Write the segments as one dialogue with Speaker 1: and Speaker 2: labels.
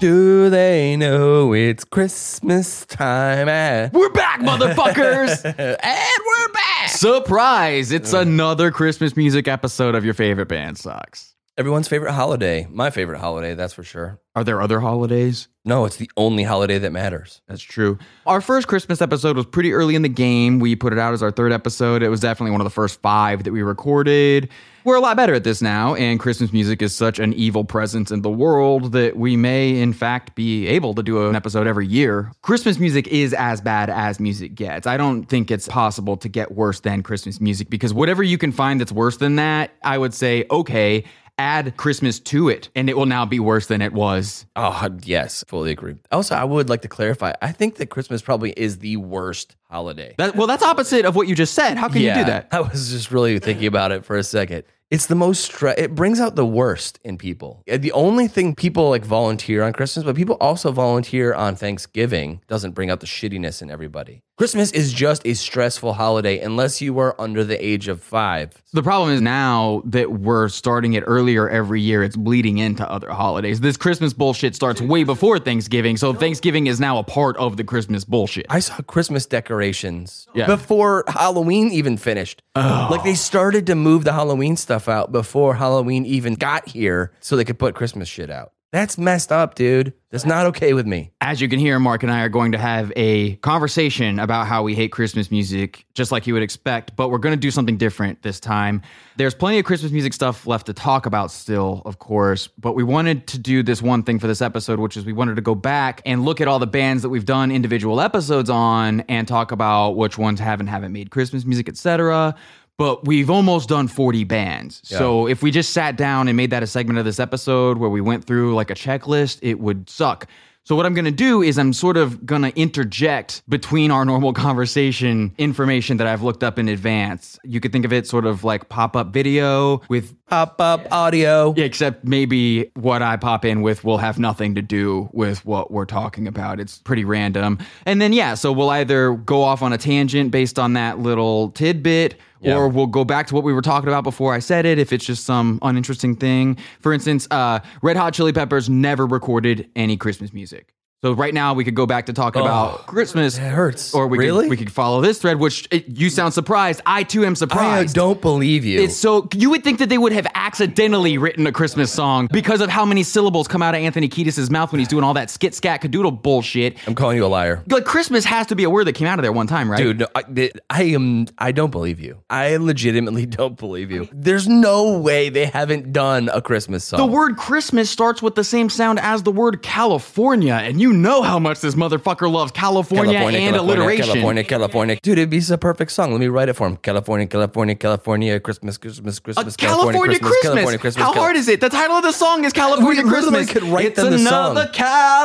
Speaker 1: Do they know it's Christmas time? Eh. And
Speaker 2: We're back, motherfuckers!
Speaker 1: and we're back.
Speaker 2: Surprise! It's another Christmas music episode of your favorite band sucks.
Speaker 1: Everyone's favorite holiday. My favorite holiday, that's for sure.
Speaker 2: Are there other holidays?
Speaker 1: No, it's the only holiday that matters.
Speaker 2: That's true. Our first Christmas episode was pretty early in the game. We put it out as our third episode. It was definitely one of the first five that we recorded. We're a lot better at this now, and Christmas music is such an evil presence in the world that we may, in fact, be able to do an episode every year. Christmas music is as bad as music gets. I don't think it's possible to get worse than Christmas music because whatever you can find that's worse than that, I would say, okay, add Christmas to it, and it will now be worse than it was.
Speaker 1: Oh, yes, fully agree. Also, I would like to clarify I think that Christmas probably is the worst holiday.
Speaker 2: That, well, that's opposite of what you just said. How can you do that?
Speaker 1: I was just really thinking about it for a second. It's the most stre- it brings out the worst in people. Uh, The only thing people like volunteer on Christmas, but people also volunteer on Thanksgiving doesn't bring out the shittiness in everybody. Christmas is just a stressful holiday unless you are under the age of 5.
Speaker 2: The problem is now that we're starting it earlier every year, it's bleeding into other holidays. This Christmas bullshit starts way before Thanksgiving, so Thanksgiving is now a part of the Christmas bullshit.
Speaker 1: I saw Christmas decorations
Speaker 2: Yeah. Oh.
Speaker 1: before Halloween even finished. Like they started to move the Halloween stuff out before Halloween even got here so they could put Christmas shit out. That's messed up, dude. That's not okay with me.
Speaker 2: As you can hear, Mark and I are going to have a conversation about how we hate Christmas music, just like you would expect, but we're going to do something different this time. There's plenty of Christmas music stuff left to talk about still, of course, but we wanted to do this one thing for this episode, which is we wanted to go back and look at all the bands that we've done individual episodes on and talk about which ones have and haven't made Christmas music, etc. But we've almost done 40 bands. So if we just sat down and made that a segment of this episode where we went through like a checklist, it would suck. So what I'm going to do is I'm sort of going to interject between our normal conversation information that I've looked up in advance. You could think of it sort of like pop-up video with
Speaker 1: Pop up audio.
Speaker 2: except maybe what I pop in with will have nothing to do with what we're talking about. It's pretty random. And then yeah, so we'll either go off on a tangent based on that little tidbit or we'll go back to what we were talking about before I said it if it's just some uninteresting thing. For instance, uh, Red Hot Chili Peppers never recorded any Christmas music. So right now we could go back to talking about Christmas.
Speaker 1: It Oh, hurts.
Speaker 2: Or we
Speaker 1: Really?
Speaker 2: could we could follow this thread, which it, you sound surprised. I too am
Speaker 1: I
Speaker 2: surprised.
Speaker 1: don't believe you.
Speaker 2: It's so you would think that they would have accidentally written a Christmas song because of how many syllables come out of Anthony Kiedis' mouth when he's doing all that skit scat cadoodle bullshit.
Speaker 1: I'm calling you a liar.
Speaker 2: Like Christmas has to be a word that came out of there one time, right?
Speaker 1: Dude, no, I, th- I am. I don't believe you. I legitimately don't believe you. There's no way they haven't done a Christmas song.
Speaker 2: The word Christmas starts with the same sound as the word California, and you know how much this motherfucker loves California, and alliteration.
Speaker 1: California, California. Dude, it'd be a perfect song. Let me write it for him. California, California, California, Christmas, Christmas,
Speaker 2: A
Speaker 1: Christmas,
Speaker 2: California, Christmas.
Speaker 1: California, Christmas.
Speaker 2: How
Speaker 1: Cal-
Speaker 2: hard is it? The title of the song is California
Speaker 1: We literally
Speaker 2: Christmas.
Speaker 1: could write
Speaker 2: it's
Speaker 1: them the song.
Speaker 2: another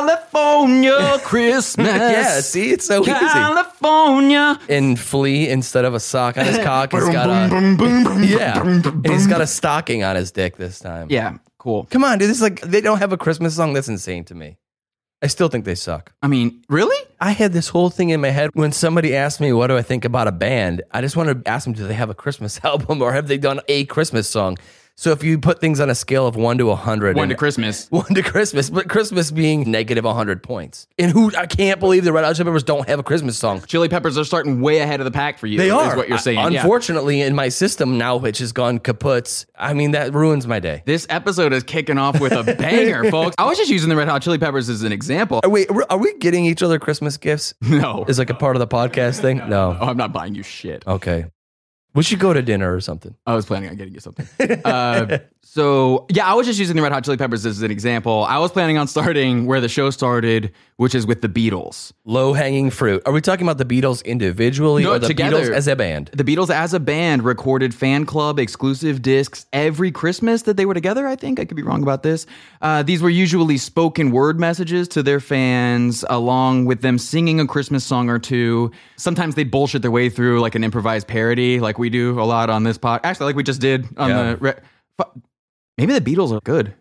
Speaker 2: California Christmas.
Speaker 1: Yeah, see, it's so easy.
Speaker 2: California.
Speaker 1: And Flea, instead of a sock on his cock, he's got a yeah, and he's got a stocking on his dick this time.
Speaker 2: Yeah, cool.
Speaker 1: Come on, dude. This is like they don't have a Christmas song. That's insane to me. I still think they suck.
Speaker 2: I mean, really?
Speaker 1: I had this whole thing in my head when somebody asked me, What do I think about a band? I just wanted to ask them, Do they have a Christmas album or have they done a Christmas song? So if you put things on a scale of one to 100,
Speaker 2: One to
Speaker 1: and-
Speaker 2: Christmas.
Speaker 1: one to Christmas, but Christmas being negative 100 points. And who I can't believe the Red Hot Chili Peppers don't have a Christmas song.
Speaker 2: Chili peppers are starting way ahead of the pack for you.
Speaker 1: They are
Speaker 2: Is what you're saying.
Speaker 1: I-
Speaker 2: Yeah.
Speaker 1: unfortunately, in my system now, which has gone kaputs. I mean, that ruins my day.
Speaker 2: This episode is kicking off with a banger, folks. I was just using the Red Hot Chili Peppers as an example.
Speaker 1: Wait, are we getting each other Christmas gifts?
Speaker 2: No.
Speaker 1: Is like a part of the podcast thing? No.
Speaker 2: Oh, I'm not buying you shit.
Speaker 1: Okay. We should go to dinner or something.
Speaker 2: I was planning on getting you something. Uh, so, yeah, I was just using the Red Hot Chili Peppers as an example. I was planning on starting where the show started, which is with the Beatles.
Speaker 1: Low hanging fruit. Are we talking about the Beatles individually
Speaker 2: No,
Speaker 1: or the
Speaker 2: together.
Speaker 1: Beatles as a band?
Speaker 2: The Beatles as a band recorded fan club exclusive discs every Christmas that they were together, I think. I could be wrong about this. Uh, these were usually spoken word messages to their fans, along with them singing a Christmas song or two. Sometimes they'd bullshit their way through like an improvised parody, like we do a lot on this pod. Actually, like we just did on
Speaker 1: Yeah.
Speaker 2: the. Re- fu- Maybe the Beatles are good.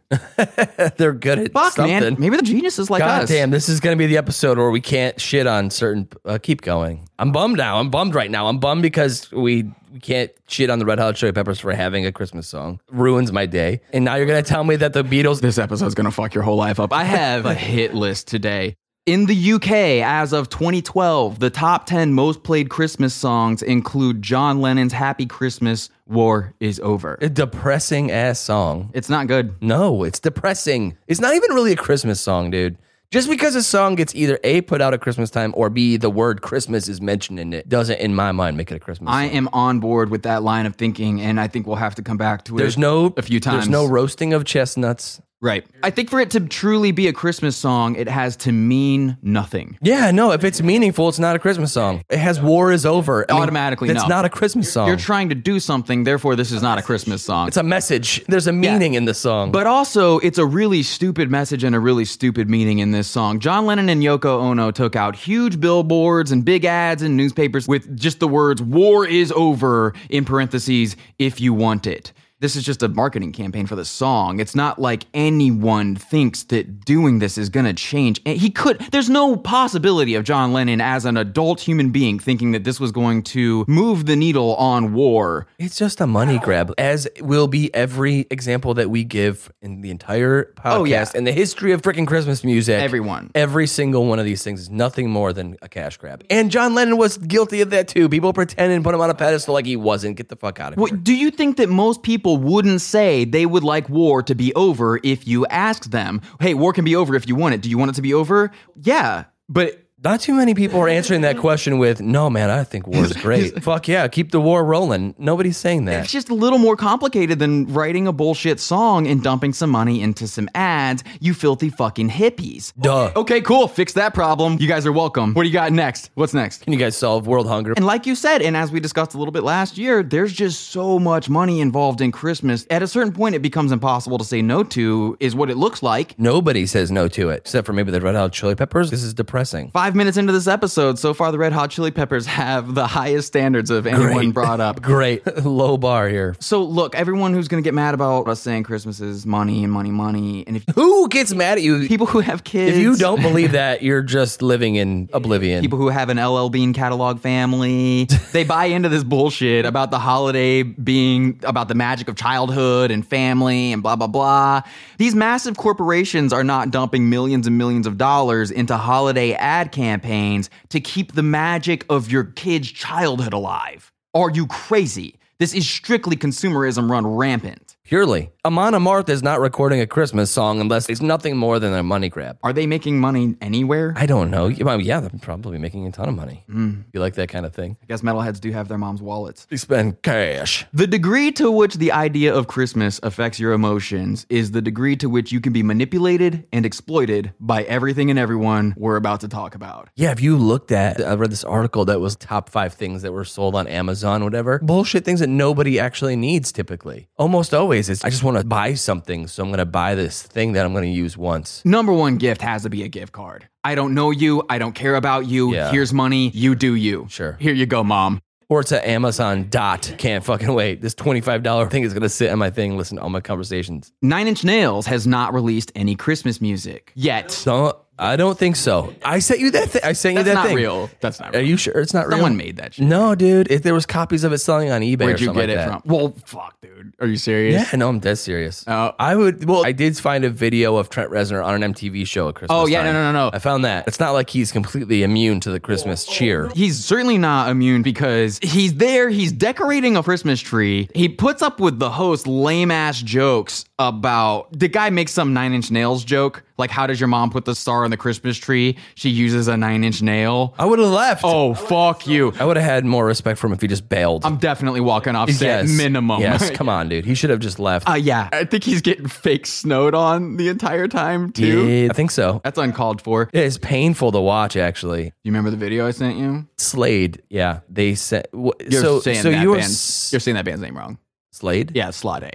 Speaker 1: They're good at
Speaker 2: Fuck,
Speaker 1: something.
Speaker 2: man. Maybe the geniuses like
Speaker 1: God
Speaker 2: us.
Speaker 1: damn, this is going to be the episode where we can't shit on certain. Uh, keep going. I'm bummed now. I'm bummed right now. I'm bummed because we we can't shit on the Red Hot Chili Peppers for having a Christmas song. Ruins my day. And now you're going to tell me that the Beatles.
Speaker 2: This episode's gonna fuck your whole life up. I have a hit list today. In the UK, as of 2012, the top 10 most played Christmas songs include John Lennon's Happy Christmas, War is Over.
Speaker 1: A depressing ass song.
Speaker 2: It's not good.
Speaker 1: No, it's depressing. It's not even really a Christmas song, dude. Just because a song gets either A, put out at Christmas time, or B, the word Christmas is mentioned in it, doesn't, in my mind, make it a Christmas
Speaker 2: I
Speaker 1: song.
Speaker 2: am on board with that line of thinking, and I think we'll have to come back to it.
Speaker 1: There's no
Speaker 2: a few times.
Speaker 1: There's no roasting of chestnuts.
Speaker 2: right. I think for it to truly be a Christmas song, it has to mean nothing.
Speaker 1: Yeah, no. If it's meaningful, it's not a Christmas song. It has "War is over." I mean,
Speaker 2: Automatically,
Speaker 1: that's
Speaker 2: no.
Speaker 1: not a Christmas song.
Speaker 2: You're trying to do something, therefore, this is not a Christmas song.
Speaker 1: it's a message. There's a meaning in the song.
Speaker 2: But also, it's a really stupid message and a really stupid meaning in this song. John Lennon and Yoko Ono took out huge billboards and big ads in newspapers with just the words, War is over, in parentheses, if you want it. This is just a marketing campaign for the song. It's not like anyone thinks that doing this is going to change. And He could, there's no possibility of John Lennon as an adult human being thinking that this was going to move the needle on war.
Speaker 1: it's just a money grab, as will be every example that we give in the entire podcast
Speaker 2: Oh, yeah.
Speaker 1: and the history of freaking Christmas music.
Speaker 2: Everyone.
Speaker 1: every single one of these things is nothing more than a cash grab. And John Lennon was guilty of that too. People pretend and put him on a pedestal like he wasn't. Get the fuck out of here.
Speaker 2: Wait, do you think that most people wouldn't say they would like war to be over if you asked them, hey, war can be over if you want it? Do you want it to be over? Yeah. But
Speaker 1: Not too many people are answering that question with, "No, man, I think war is great. fuck yeah, keep the war rolling." Nobody's saying that.
Speaker 2: it's just a little more complicated than writing a bullshit song and dumping some money into some ads, you filthy fucking hippies.
Speaker 1: Duh.
Speaker 2: Okay, cool. Fix that problem. You guys are welcome. What do you got next? What's next?
Speaker 1: Can you guys solve world hunger?
Speaker 2: And like you said, and as we discussed a little bit last year, there's just so much money involved in Christmas. At a certain point, it becomes impossible to say no to, is what it looks like.
Speaker 1: Nobody says no to it, except for maybe the Red Hot Chili Peppers. This is depressing.
Speaker 2: Five minutes into this episode, so far the Red Hot Chili Peppers have the highest standards of anyone
Speaker 1: Great.
Speaker 2: brought up.
Speaker 1: Great. Low bar here.
Speaker 2: So look, everyone who's going to get mad about us saying Christmas is money and money, money, and if
Speaker 1: Who gets mad at you?
Speaker 2: people who have kids,
Speaker 1: If you don't believe that, you're just living in oblivion.
Speaker 2: people who have an LL Bean catalog family, they buy into this bullshit about the holiday being about the magic of childhood and family and blah blah blah. These massive corporations are not dumping millions and millions of dollars into holiday ad campaigns to keep the magic of your kid's childhood alive. Are you crazy? This is strictly consumerism run rampant.
Speaker 1: Purely. Amon Amarth is not recording a Christmas song unless it's nothing more than a money grab.
Speaker 2: Are they making money anywhere? I
Speaker 1: I don't know. Yeah, well, Yeah, they're probably making a ton of money. You like that kind of thing?
Speaker 2: guess metalheads do have their mom's wallets.
Speaker 1: Hmm. They spend cash.
Speaker 2: The degree to which the idea of Christmas affects your emotions is the degree to which you can be manipulated and exploited by everything and everyone we're about to talk about.
Speaker 1: Yeah, if you looked at, I read this article that was top five things that were sold on Amazon, whatever. Bullshit things that nobody actually needs typically. Almost always is, I just want to buy something, so I'm going to buy this thing that I'm going to use once.
Speaker 2: Number one gift has to be a gift card. I don't know you. I don't care about you.
Speaker 1: Yeah.
Speaker 2: Here's money. You do you.
Speaker 1: Sure.
Speaker 2: Here you go, mom.
Speaker 1: Or it's an Amazon dot. Can't fucking wait. This $25 thing is going to sit on my thing, listen to all my conversations.
Speaker 2: Nine Inch Nails has not released any Christmas music yet.
Speaker 1: So I don't think so. I sent you that thing. I sent you
Speaker 2: That's
Speaker 1: that
Speaker 2: not
Speaker 1: thing.
Speaker 2: real. That's not
Speaker 1: Are
Speaker 2: real.
Speaker 1: you sure it's not real?
Speaker 2: Someone made that shit.
Speaker 1: No, dude. If there was copies of it selling on eBay,
Speaker 2: Where'd
Speaker 1: or
Speaker 2: you
Speaker 1: something
Speaker 2: get
Speaker 1: like
Speaker 2: it
Speaker 1: that.
Speaker 2: from? Well, fuck, dude. Are you serious?
Speaker 1: Yeah, no, I'm dead serious.
Speaker 2: Oh.
Speaker 1: I would. Well, I did find a video of Trent Reznor on an MTV show at Christmas.
Speaker 2: Oh, yeah,
Speaker 1: time.
Speaker 2: no, no, Oh. no, no.
Speaker 1: I found that. It's not like he's completely immune to the Christmas cheer.
Speaker 2: He's certainly not immune because he's there, he's decorating a Christmas tree. He puts up with the host lame ass jokes about the guy makes some nine inch nails joke. Like, how does your mom put the star on the Christmas tree? She uses a nine inch nail.
Speaker 1: I would have left.
Speaker 2: Oh, fuck you.
Speaker 1: I would have had more respect for him if he just bailed.
Speaker 2: I'm definitely walking off set minimum.
Speaker 1: Yes, come on, dude. He should have just left.
Speaker 2: Uh, yeah. I think he's getting fake snowed on the entire time, too.
Speaker 1: Yeah, I think so.
Speaker 2: That's uncalled for. Do
Speaker 1: It is painful to watch, actually.
Speaker 2: you remember the video I sent you?
Speaker 1: Slade, yeah, they said. wh-
Speaker 2: You're
Speaker 1: so,
Speaker 2: saying
Speaker 1: so
Speaker 2: that
Speaker 1: you were
Speaker 2: band's,
Speaker 1: s-
Speaker 2: you're saying that band's name wrong.
Speaker 1: Slade.
Speaker 2: Yeah, Slot A.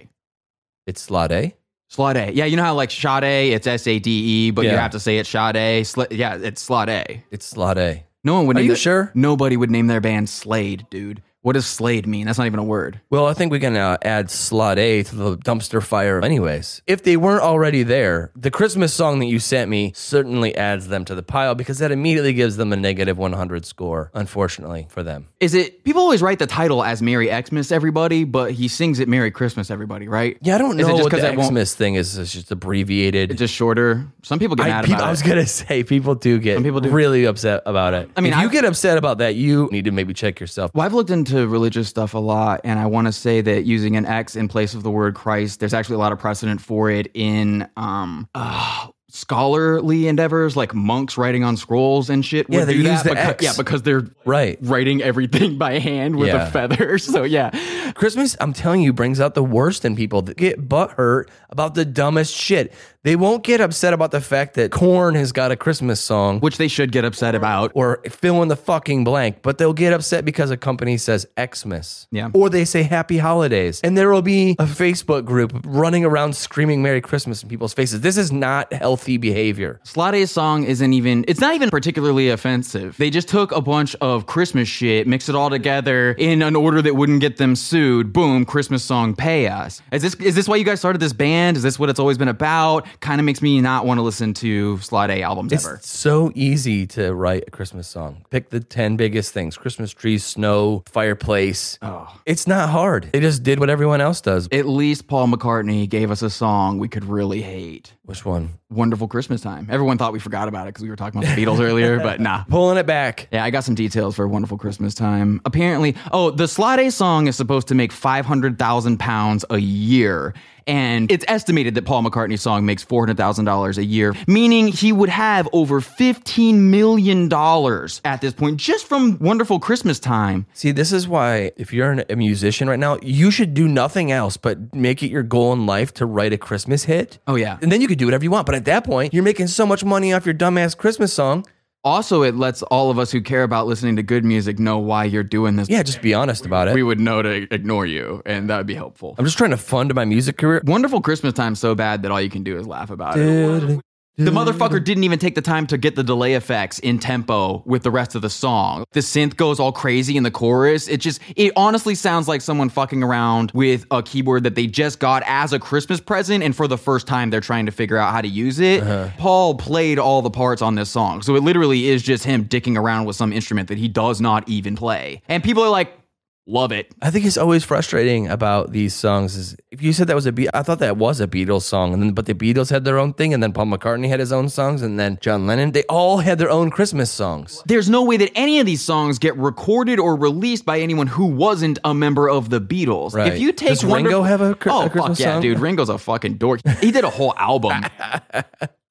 Speaker 1: it's Slade.
Speaker 2: Slot A. Yeah, you know how like Sade, it's S A D E, but you
Speaker 1: Yeah.
Speaker 2: have to say it Sade. Sl- yeah, it's Slot A.
Speaker 1: It's Slade.
Speaker 2: No one would
Speaker 1: Are
Speaker 2: name
Speaker 1: you
Speaker 2: their-
Speaker 1: sure?
Speaker 2: Nobody would name their band Slade, dude. What does slayed mean? That's not even a word.
Speaker 1: Well, I think we can uh, add slot A to the dumpster fire, anyways. If they weren't already there, the Christmas song that you sent me certainly adds them to the pile because that immediately gives them a negative 100 score, unfortunately, for them.
Speaker 2: Is it people always write the title as Merry Xmas Everybody, but he sings it Merry Christmas Everybody, right?
Speaker 1: Yeah, I don't
Speaker 2: Is
Speaker 1: know
Speaker 2: it just
Speaker 1: what
Speaker 2: because
Speaker 1: the
Speaker 2: it won't?
Speaker 1: Xmas thing is. It's just abbreviated.
Speaker 2: It's just shorter. Some people get
Speaker 1: I,
Speaker 2: mad
Speaker 1: peop-
Speaker 2: about
Speaker 1: I
Speaker 2: it.
Speaker 1: was gonna say people do get
Speaker 2: people do.
Speaker 1: really upset about it. I
Speaker 2: mean,
Speaker 1: if you
Speaker 2: I've-
Speaker 1: get upset about that, you need to maybe check yourself.
Speaker 2: Well, I've looked into religious stuff a lot, and I want to say that using an X in place of the word Christ, there's actually a lot of precedent for it in um, uh, scholarly endeavors, like monks writing on scrolls and shit. would
Speaker 1: Yeah, they
Speaker 2: do
Speaker 1: use
Speaker 2: that
Speaker 1: the
Speaker 2: becau-
Speaker 1: X.
Speaker 2: Yeah, because they're
Speaker 1: Right.
Speaker 2: writing everything by hand with
Speaker 1: Yeah.
Speaker 2: a feather. So yeah,
Speaker 1: Christmas, I'm telling you, brings out the worst in people that get butthurt about the dumbest shit. They won't get upset about the fact that Corn has got a Christmas song
Speaker 2: which they should get upset about.
Speaker 1: or fill in the fucking blank, but they'll get upset because a company says Xmas.
Speaker 2: Yeah.
Speaker 1: Or they say Happy Holidays. And there will be a Facebook group running around screaming Merry Christmas in people's faces. This is not healthy behavior.
Speaker 2: Slade's song isn't even, it's not even particularly offensive. They just took a bunch of Christmas shit, mixed it all together in an order that wouldn't get them sued. Boom, Christmas song, pay us. Is this, is this why you guys started this band? Is this what it's always been about? Kind of makes me not want to listen to Slade albums ever.
Speaker 1: It's so easy to write a Christmas song. Pick the 10 biggest things Christmas trees, snow, fireplace. It's not hard. They just did what everyone else does.
Speaker 2: At least Paul McCartney gave us a song we could really hate.
Speaker 1: Which one?
Speaker 2: Wonderful Christmas Time. Everyone thought we forgot about it because we were talking about the Beatles earlier, but nah.
Speaker 1: Pulling it back.
Speaker 2: Yeah, I got some details for Wonderful Christmas Time. Apparently, oh, the Slade song is supposed to make 500,000 pounds a year. And it's estimated that Paul McCartney's song makes $400,000 a year, meaning he would have over $15 million at this point just from Wonderful Christmas Time.
Speaker 1: See, this is why if you're an- a musician right now, you should do nothing else but make it your goal in life to write a Christmas hit.
Speaker 2: Oh, yeah.
Speaker 1: And then you could do whatever you want. But at that point, you're making so much money off your dumbass Christmas song.
Speaker 2: Also, it lets all of us who care about listening to good music know why you're doing this.
Speaker 1: Yeah, just be honest about
Speaker 2: We
Speaker 1: it.
Speaker 2: would know to ignore you, and that would be helpful.
Speaker 1: I'm just trying to fund my music career.
Speaker 2: Wonderful Christmas Time's so bad that all you can do is laugh about it. The motherfucker didn't even take the time to get the delay effects in tempo with the rest of the song. The synth goes all crazy in the chorus. It just, it honestly sounds like someone fucking around with a keyboard that they just got as a Christmas present, and for the first time they're trying to figure out how to use it. Paul played all the parts on this song, so it literally is just him dicking around with some instrument that he does not even play. And people are like, love it.
Speaker 1: I think it's always frustrating about these songs. Is if you said that was a beat, I thought that was a Beatles song, and then but the Beatles had their own thing, and then Paul McCartney had his own songs, and then John Lennon. They all had their own Christmas songs.
Speaker 2: There's no way that any of these songs get recorded or released by anyone who wasn't a member of the Beatles.
Speaker 1: Right.
Speaker 2: If you take
Speaker 1: Does Ringo
Speaker 2: Wonderful-
Speaker 1: have a Chri-
Speaker 2: oh
Speaker 1: a Christmas
Speaker 2: fuck yeah,
Speaker 1: song?
Speaker 2: dude, Ringo's a fucking dork. He did a whole album.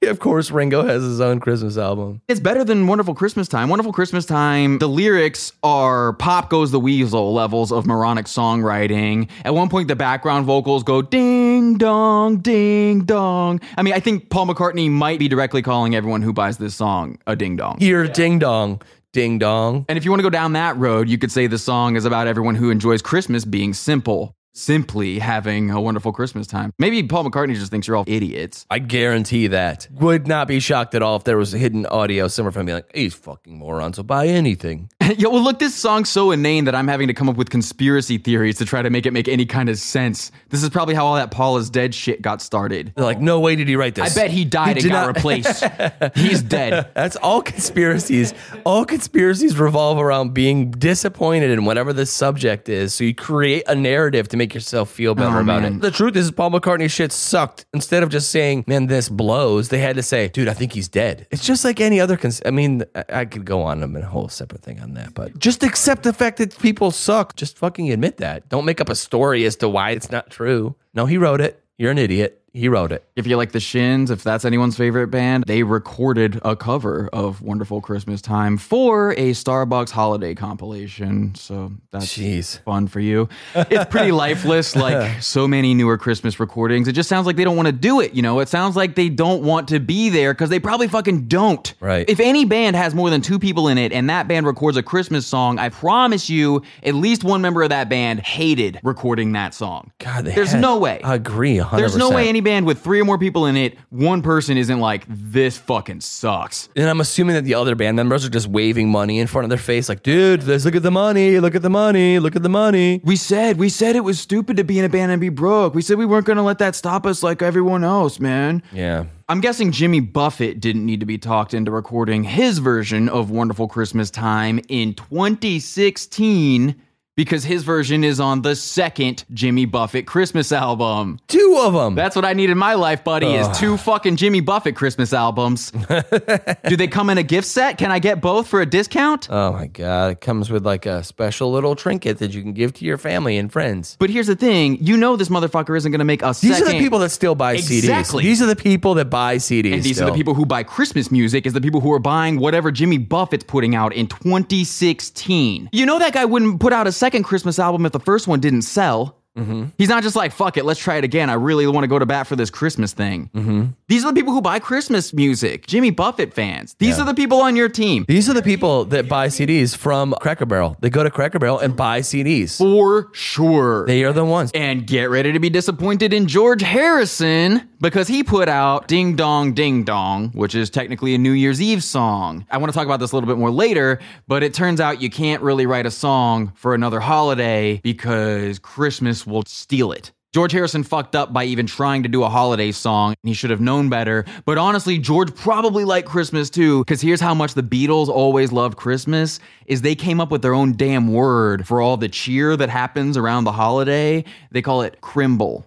Speaker 1: Of course, Ringo has his own Christmas album.
Speaker 2: it's better than Wonderful Christmas Time. Wonderful Christmas Time. The lyrics are pop goes the weasel levels of moronic songwriting. At one point, the background vocals go ding dong, ding dong. I mean, I think Paul McCartney might be directly calling everyone who buys this song a ding dong.
Speaker 1: Here, ding dong, ding dong.
Speaker 2: And if you want to go down that road, you could say the song is about everyone who enjoys Christmas being simple, simply having a wonderful Christmas time. Maybe Paul McCartney just thinks you're all idiots.
Speaker 1: I guarantee that. Would not be shocked at all if there was hidden audio somewhere from me like, these fucking morons will buy anything.
Speaker 2: Yo, well, look, this song's so inane that I'm having to come up with conspiracy theories to try to make it make any kind of sense. This is probably how all that Paul is dead shit got started.
Speaker 1: They're like, no way did he write
Speaker 2: I
Speaker 1: this.
Speaker 2: bet he died
Speaker 1: did
Speaker 2: and got
Speaker 1: not-
Speaker 2: replaced. He's dead.
Speaker 1: That's all conspiracies. All conspiracies revolve around being disappointed in whatever the subject is. So you create a narrative to make yourself feel better
Speaker 2: Oh,
Speaker 1: about
Speaker 2: man.
Speaker 1: it. The truth is, Paul McCartney shit sucked. Instead of just saying, man, this blows, they had to say, dude, I think he's dead. It's just like any other. Cons- I mean, I-, I could go on in a whole separate thing on that, but just accept the fact that people suck. Just fucking admit that. Don't make up a story as to why it's not true. No, he wrote it. You're an idiot. He wrote it.
Speaker 2: If you like the Shins, if that's anyone's favorite band, they recorded a cover of Wonderful Christmas Time for a Starbucks holiday compilation. So that's
Speaker 1: Jeez.
Speaker 2: fun for you. It's pretty lifeless, like so many newer Christmas recordings. It just sounds like they don't want to do it. You know, it sounds like they don't want to be there because they probably fucking don't.
Speaker 1: Right.
Speaker 2: If any band has more than two people in it and that band records a Christmas song, I promise you, at least one member of that band hated recording that song.
Speaker 1: God, they
Speaker 2: There's
Speaker 1: had-
Speaker 2: no way.
Speaker 1: I agree. 100%.
Speaker 2: There's no way band with three or more people in it, one person isn't like, this fucking sucks.
Speaker 1: And I'm assuming that the other band members are just waving money in front of their face, like, dude, let's look at the money, look at the money, look at the money.
Speaker 2: We said, we said it was stupid to be in a band and be broke. We said we weren't going to let that stop us like everyone else, man.
Speaker 1: Yeah.
Speaker 2: I'm guessing Jimmy Buffett didn't need to be talked into recording his version of Wonderful Christmas Time in 2016 because his version is on the second Jimmy Buffett Christmas album.
Speaker 1: Two of them.
Speaker 2: That's what I need in my life, buddy, is two fucking Jimmy Buffett Christmas albums. Do they come in a gift set? Can I get both for a discount?
Speaker 1: oh my God. It comes with like a special little trinket that you can give to your family and friends.
Speaker 2: But here's the thing, you know this motherfucker isn't going to make a
Speaker 1: These
Speaker 2: second
Speaker 1: are the people that still buy CDs.
Speaker 2: Exactly.
Speaker 1: These are the people that buy CDs.
Speaker 2: And these are
Speaker 1: still.
Speaker 2: the people who buy Christmas music, is the people who are buying whatever Jimmy Buffett's putting out in 2016. You know that guy wouldn't put out a second Christmas album if the first one didn't sell. He's not just like, fuck it, let's try it again. I really want to go to bat for this Christmas thing. These are the people who buy Christmas music, Jimmy Buffett fans. These are the people on your team.
Speaker 1: These are the people that buy CDs from Cracker Barrel. They go to Cracker Barrel and buy CDs.
Speaker 2: For sure.
Speaker 1: They are the ones.
Speaker 2: And get ready to be disappointed in George Harrison because he put out Ding Dong Ding Dong, which is technically a New Year's Eve song. I want to talk about this a little bit more later, but it turns out you can't really write a song for another holiday because Christmas will steal it. George Harrison fucked up by even trying to do a holiday song, and he should have known better. But honestly, George probably liked Christmas too, because here's how much the Beatles always loved Christmas: is they came up with their own damn word for all the cheer that happens around the holiday. They call it crimble.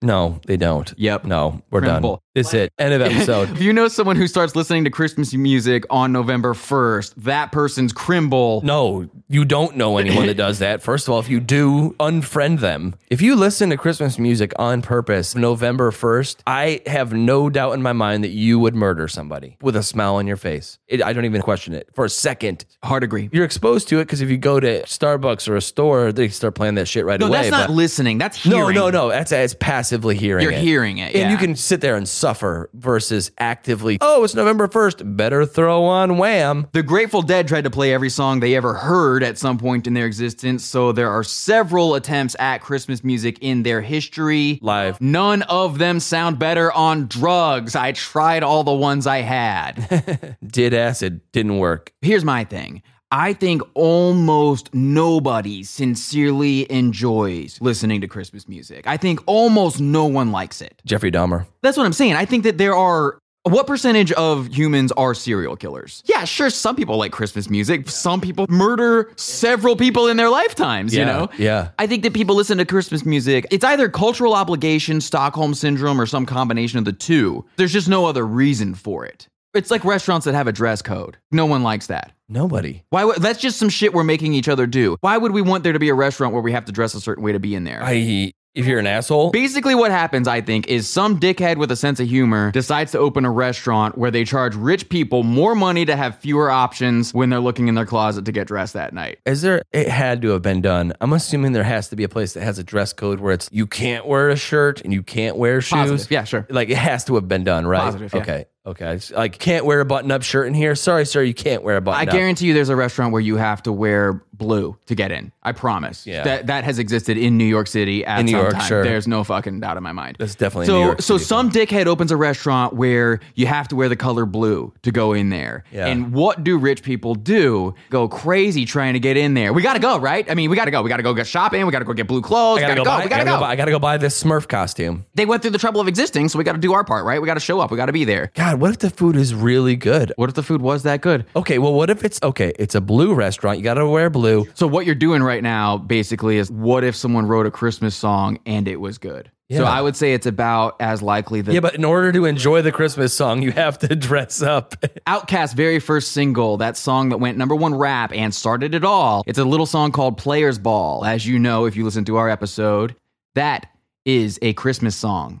Speaker 1: No, they don't.
Speaker 2: Yep.
Speaker 1: No, we're done.
Speaker 2: Crimble.
Speaker 1: It's it. End of episode.
Speaker 2: If you know someone who starts listening to Christmas music on November 1st, that person's crimble.
Speaker 1: No, you don't know anyone that does that. First of all, if you do, unfriend them. If you listen to Christmas music on purpose November 1st, I have no doubt in my mind that you would murder somebody with a smile on your face. It, I don't even question it for a second.
Speaker 2: Hard agree.
Speaker 1: You're exposed to it because if you go to Starbucks or a store, they start playing that shit right
Speaker 2: No,
Speaker 1: away.
Speaker 2: that's not
Speaker 1: but-
Speaker 2: listening. That's
Speaker 1: no,
Speaker 2: hearing.
Speaker 1: no, no. That's, that's passively hearing
Speaker 2: You're
Speaker 1: it.
Speaker 2: hearing it,
Speaker 1: And you
Speaker 2: yeah.
Speaker 1: can sit there and suffer versus actively, oh, it's November 1st. Better throw on wham.
Speaker 2: The Grateful Dead tried to play every song they ever heard at some point in their existence, so there are several attempts at Christmas music in their history.
Speaker 1: Live.
Speaker 2: None of them sound better on drugs. I tried all the ones I had.
Speaker 1: Did acid. Didn't work.
Speaker 2: Here's my thing. I think almost nobody sincerely enjoys listening to Christmas music. I think almost no one likes it.
Speaker 1: Jeffrey Dahmer.
Speaker 2: That's what I'm saying. I think that there are. What percentage of humans are serial killers? Yeah, sure. Some people like Christmas music. Some people murder several people in their lifetimes, you
Speaker 1: Yeah,
Speaker 2: know?
Speaker 1: yeah.
Speaker 2: I think that people listen to Christmas music. It's either cultural obligation, Stockholm syndrome, or some combination of the two. There's just no other reason for it. It's like restaurants that have a dress code. No one likes that.
Speaker 1: Nobody.
Speaker 2: Why would, that's just some shit we're making each other do. Why would we want there to be a restaurant where we have to dress a certain way to be in there?
Speaker 1: I. If you're an asshole,
Speaker 2: Basically, what happens, I think, is some dickhead with a sense of humor decides to open a restaurant where they charge rich people more money to have fewer options when they're looking in their closet to get dressed that night.
Speaker 1: is there? It had to have been done. I'm assuming there has to be a place that has a dress code where it's you can't wear a shirt and you can't wear shoes.
Speaker 2: Positive. Yeah, sure.
Speaker 1: Like it has to have been done, right?
Speaker 2: Positive, yeah.
Speaker 1: Okay. Okay. It's Like can't wear a button-up shirt in here. Sorry, sir, you can't wear a
Speaker 2: I
Speaker 1: button-up.
Speaker 2: guarantee you there's a restaurant where you have to wear blue to get in. I promise.
Speaker 1: Yeah.
Speaker 2: That, that has existed in New York City at
Speaker 1: In New
Speaker 2: some
Speaker 1: York,
Speaker 2: time.
Speaker 1: sure.
Speaker 2: There's no fucking doubt in my mind.
Speaker 1: That's definitely
Speaker 2: so,
Speaker 1: New York
Speaker 2: so
Speaker 1: City
Speaker 2: some dickhead opens a restaurant where you have to wear the color blue to go in there.
Speaker 1: Yeah.
Speaker 2: And what do rich people do? Go crazy trying to get in there. We gotta go, right? I mean, we gotta go. We gotta go get shopping. We gotta go get blue clothes.
Speaker 1: I
Speaker 2: we
Speaker 1: gotta, go. buy,
Speaker 2: We gotta,
Speaker 1: I gotta go.
Speaker 2: go.
Speaker 1: buy, I gotta go buy this Smurf costume.
Speaker 2: They went through the trouble of existing, so we gotta do our part, right? We gotta show up. We gotta be there.
Speaker 1: God, what if the food is really good?
Speaker 2: What if the food was that good?
Speaker 1: Okay, well, what if it's okay? It's a blue restaurant. You gotta wear blue.
Speaker 2: So what you're doing right now basically is what if someone wrote a Christmas song and it was good? So
Speaker 1: Yeah.
Speaker 2: I would say it's about as likely that
Speaker 1: Yeah, but in order to enjoy the Christmas song, you have to dress up.
Speaker 2: Outcast's very first single, that song that went number one rap and started it all. It's a little song called Players Ball, as you know if you listen to our episode. That is a Christmas song.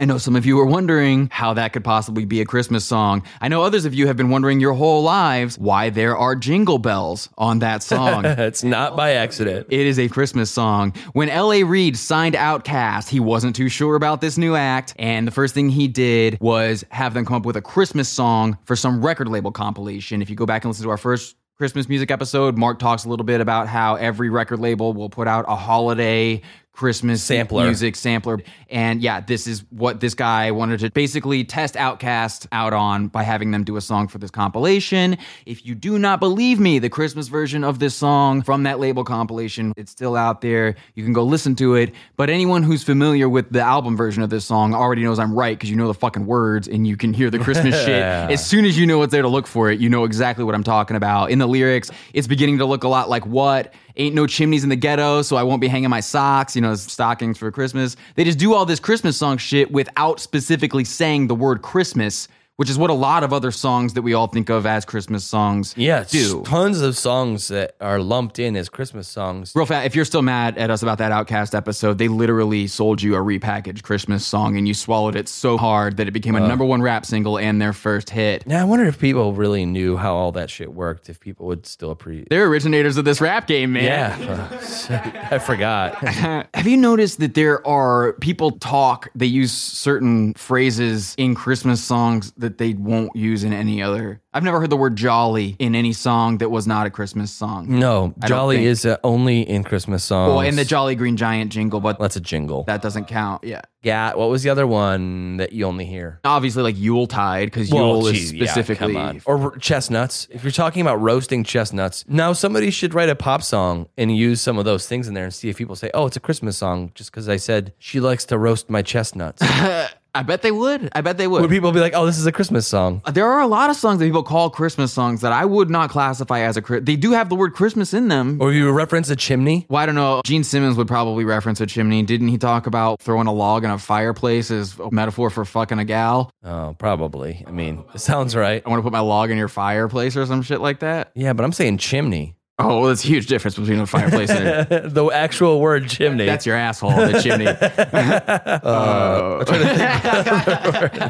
Speaker 2: I know some of you are wondering how that could possibly be a Christmas song. I know others of you have been wondering your whole lives why there are jingle bells on that song.
Speaker 1: it's not by accident.
Speaker 2: It is a Christmas song. When L.A. Reid signed Outkast, he wasn't too sure about this new act, and the first thing he did was have them come up with a Christmas song for some record label compilation. If you go back and listen to our first Christmas music episode, Mark talks a little bit about how every record label will put out a holiday Christmas
Speaker 1: Sampler.
Speaker 2: music sampler. And yeah, this is what this guy wanted to basically test Outcast out on by having them do a song for this compilation. If you do not believe me, the Christmas version of this song from that label compilation, it's still out there. You can go listen to it. But anyone who's familiar with the album version of this song already knows I'm right because you know the fucking words and you can hear the Christmas shit. As soon as you know what's there to look for it, you know exactly what I'm talking about. In the lyrics, it's beginning to look a lot like what? Ain't no chimneys in the ghetto, so I won't be hanging my socks, you know, stockings for Christmas. They just do all this Christmas song shit without specifically saying the word Christmas, which is what a lot of other songs that we all think of as Christmas songs
Speaker 1: Yeah, do
Speaker 2: do.
Speaker 1: tons of songs that are lumped in as Christmas songs.
Speaker 2: Real fast, if you're still mad at us about that Outcast episode, they literally sold you a repackaged Christmas song and you swallowed it so hard that it became a number one rap single and their first hit.
Speaker 1: Now I wonder if people really knew how all that shit worked. If people would still appreciate.
Speaker 2: They're originators of this rap game, man.
Speaker 1: Yeah, I forgot.
Speaker 2: Have you noticed that there are people talk, they use certain phrases in Christmas songs that they won't use in any other? I've never heard the word jolly in any song that was not a Christmas song.
Speaker 1: No, jolly
Speaker 2: think-
Speaker 1: is uh, only in Christmas songs.
Speaker 2: Well, in the Jolly Green Giant jingle, but
Speaker 1: that's a jingle.
Speaker 2: that doesn't count. Yeah.
Speaker 1: yeah. What was the other one that you only hear?
Speaker 2: Obviously, like Yuletide, because Yule is
Speaker 1: gee, yeah, come
Speaker 2: specifically
Speaker 1: on. or chestnuts. If you're talking about roasting chestnuts, now somebody should write a pop song and use some of those things in there and see if people say, "Oh, it's a Christmas song," just because I said she likes to roast my chestnuts.
Speaker 2: I bet they would. I bet they would. Uh,
Speaker 1: Would people be like, "Oh, this is a Christmas song"?
Speaker 2: there are a lot of songs that people call Christmas songs that I would not classify as a. Chri- They do have the word Christmas in them.
Speaker 1: Or if you reference a chimney?
Speaker 2: Well, I don't know. Gene Simmons would probably reference a chimney. Didn't he talk about throwing a log in a fireplace as a metaphor for fucking a gal?
Speaker 1: Oh, probably. I mean, it sounds right.
Speaker 2: I want to put my log in your fireplace or some shit like that.
Speaker 1: Yeah, but I'm saying chimney.
Speaker 2: Oh, well, there's a huge difference between a fireplace and a.
Speaker 1: the actual word chimney.
Speaker 2: That's your asshole, the chimney. Uh,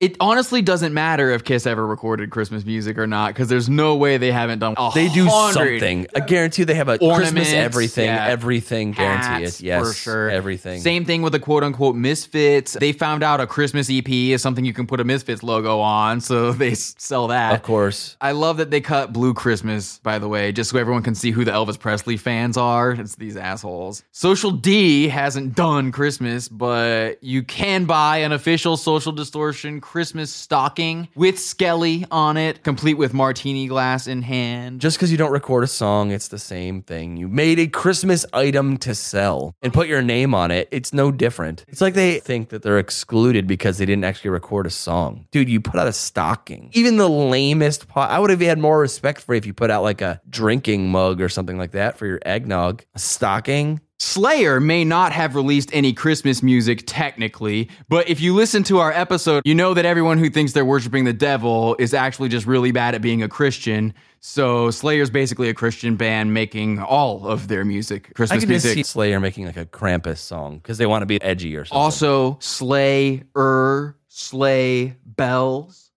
Speaker 2: it honestly doesn't matter if Kiss ever recorded Christmas music or not, because there's no way they haven't done. A
Speaker 1: they do
Speaker 2: 100
Speaker 1: something. I guarantee they have a
Speaker 2: Ornaments,
Speaker 1: Christmas everything,
Speaker 2: yeah.
Speaker 1: everything. Guarantee
Speaker 2: hats,
Speaker 1: it. Yes,
Speaker 2: for sure.
Speaker 1: Everything.
Speaker 2: Same thing with the quote unquote misfits. They found out a Christmas EP is something you can put a misfits logo on, so they s- sell
Speaker 1: Of
Speaker 2: that.
Speaker 1: course.
Speaker 2: I love that they cut Blue Christmas, by the way, just so everyone can see who the Elvis Presley fans are. It's these assholes. Social D hasn't done Christmas, but you can buy an official Social Distortion Christmas stocking with Skelly on it, complete with martini glass in hand.
Speaker 1: Just because you don't record a song, it's the same thing. You made a Christmas item to sell and put your name on it. It's no different. It's like they think that they're excluded because they didn't actually record a song. Dude, you put out a stocking. Even the lamest pot, I would have had more respect for if you put out like a drinking mug or something like that for your eggnog. A stocking?
Speaker 2: Slayer may not have released any Christmas music technically, but if you listen to our episode, you know that everyone who thinks they're worshiping the devil is actually just really bad at being a Christian. So Slayer's basically a Christian band making all of their music,
Speaker 1: I
Speaker 2: Christmas
Speaker 1: could just
Speaker 2: music.
Speaker 1: see Slayer making like a Krampus song because they want to be edgy or something.
Speaker 2: also, Slayer, Slay Bells,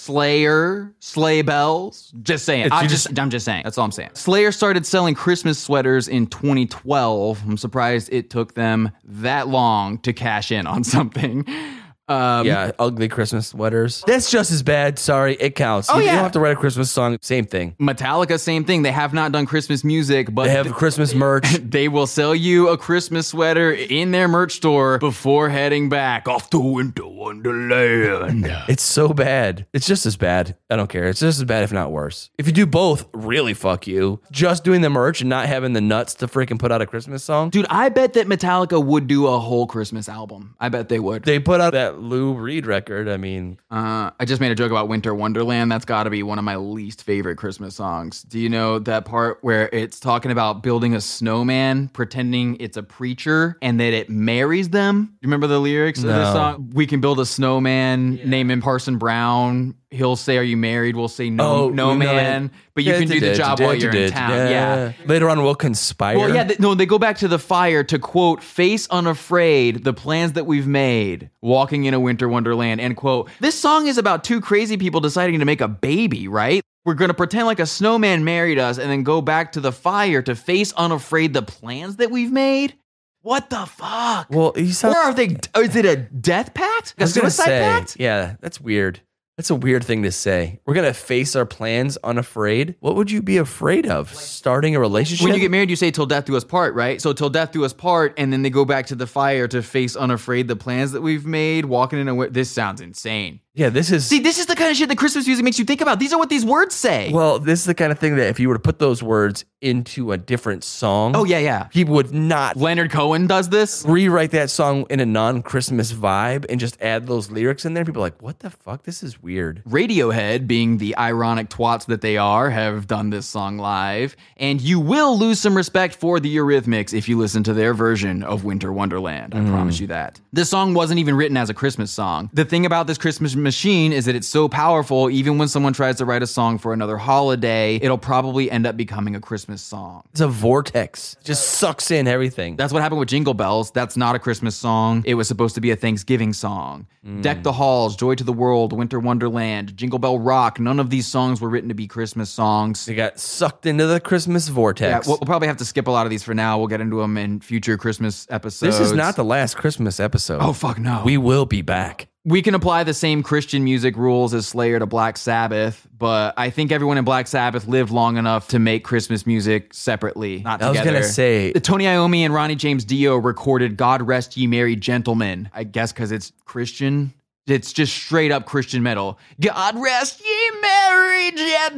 Speaker 2: Slayer, Slay Bells. Just saying. I'm just, I'm just saying. That's all I'm saying. Slayer started selling Christmas sweaters in 2012. I'm surprised it took them that long to cash in on something. Um,
Speaker 1: Yeah, ugly Christmas sweaters. That's just as bad. Sorry, it counts.
Speaker 2: Oh,
Speaker 1: you, you
Speaker 2: yeah.
Speaker 1: don't have to write a Christmas song. Same thing.
Speaker 2: Metallica, same thing. They have not done Christmas music, but
Speaker 1: They have Christmas merch.
Speaker 2: They will sell you a Christmas sweater in their merch store before heading back off to Winter Wonderland.
Speaker 1: It's so bad. It's just as bad. I don't care. It's just as bad, if not worse. If you do both, really fuck you. Just doing the merch and not having the nuts to freaking put out a Christmas song.
Speaker 2: Dude, I bet that Metallica would do a whole Christmas album. I bet they would.
Speaker 1: They put out that Lou Reed record. I mean,
Speaker 2: Uh, I just made a joke about Winter Wonderland. That's got to be one of my least favorite Christmas songs. Do you know that part where it's talking about building a snowman, pretending it's a preacher, and that it marries them? You remember the lyrics of this
Speaker 1: No.
Speaker 2: song? We can build a snowman, name him Parson Brown. He'll say, "Are you married?" We'll say, "No,
Speaker 1: Oh,
Speaker 2: no,
Speaker 1: no,
Speaker 2: man."
Speaker 1: man.
Speaker 2: But you can do the job while you're in town. yeah.
Speaker 1: Later on, we'll conspire.
Speaker 2: Well, yeah, th- no, they go back to the fire to quote, face unafraid, the plans that we've made, walking in a winter wonderland, end quote. This song is about two crazy people deciding to make a baby, right? We're going to pretend like a snowman married us and then go back to the fire to face unafraid the plans that we've made? What the fuck?
Speaker 1: Well, he
Speaker 2: or
Speaker 1: sounds.
Speaker 2: are they, is it a death pact?
Speaker 1: I
Speaker 2: A
Speaker 1: was gonna
Speaker 2: suicide
Speaker 1: say,
Speaker 2: pact?
Speaker 1: Yeah, that's weird. That's a weird thing to say. We're gonna face our plans unafraid. What would you be afraid of? Starting a relationship?
Speaker 2: When you get married, you say "till death do us part," right? So "till death do us part," and then they go back to the fire to face unafraid the plans that we've made. Walking in a wi- this sounds insane.
Speaker 1: yeah, this is
Speaker 2: See, this is the kind of shit that Christmas music makes you think about. These are what these words say.
Speaker 1: well, this is the kind of thing that if you were to put those words into a different song,
Speaker 2: oh yeah, yeah.
Speaker 1: people would not
Speaker 2: Leonard Cohen does this.
Speaker 1: rewrite that song in a non-Christmas vibe and just add those lyrics in there. People are like, what the fuck? This is weird.
Speaker 2: Radiohead, being the ironic twats that they are, have done this song live, and you will lose some respect for the Eurythmics if you listen to their version of Winter Wonderland. I promise you that. This song wasn't even written as a Christmas song. The thing about this Christmas machine is that it's so powerful, even when someone tries to write a song for another holiday, it'll probably end up becoming a Christmas song.
Speaker 1: It's a vortex. Just sucks in everything.
Speaker 2: That's what happened with Jingle Bells. That's not a Christmas song. It was supposed to be a Thanksgiving song.
Speaker 1: Mm.
Speaker 2: Deck the Halls, Joy to the World, Winter Wonderland, Jingle Bell Rock. None of these songs were written to be Christmas songs.
Speaker 1: They got sucked into the Christmas
Speaker 2: Yeah,
Speaker 1: vortex.
Speaker 2: we'll, we'll probably have to skip a lot of these for now. We'll get into them in future Christmas episodes.
Speaker 1: this is not the last Christmas episode.
Speaker 2: Oh, fuck no.
Speaker 1: we will be back.
Speaker 2: we can apply the same Christian music rules as Slayer to Black Sabbath, but I think everyone in Black Sabbath lived long enough to make Christmas music separately, not
Speaker 1: I was
Speaker 2: together.
Speaker 1: gonna say-
Speaker 2: The Tony Iommi and Ronnie James Dio recorded "God Rest Ye Merry Gentlemen." I guess because it's Christian, it's just straight up Christian metal. God rest ye merry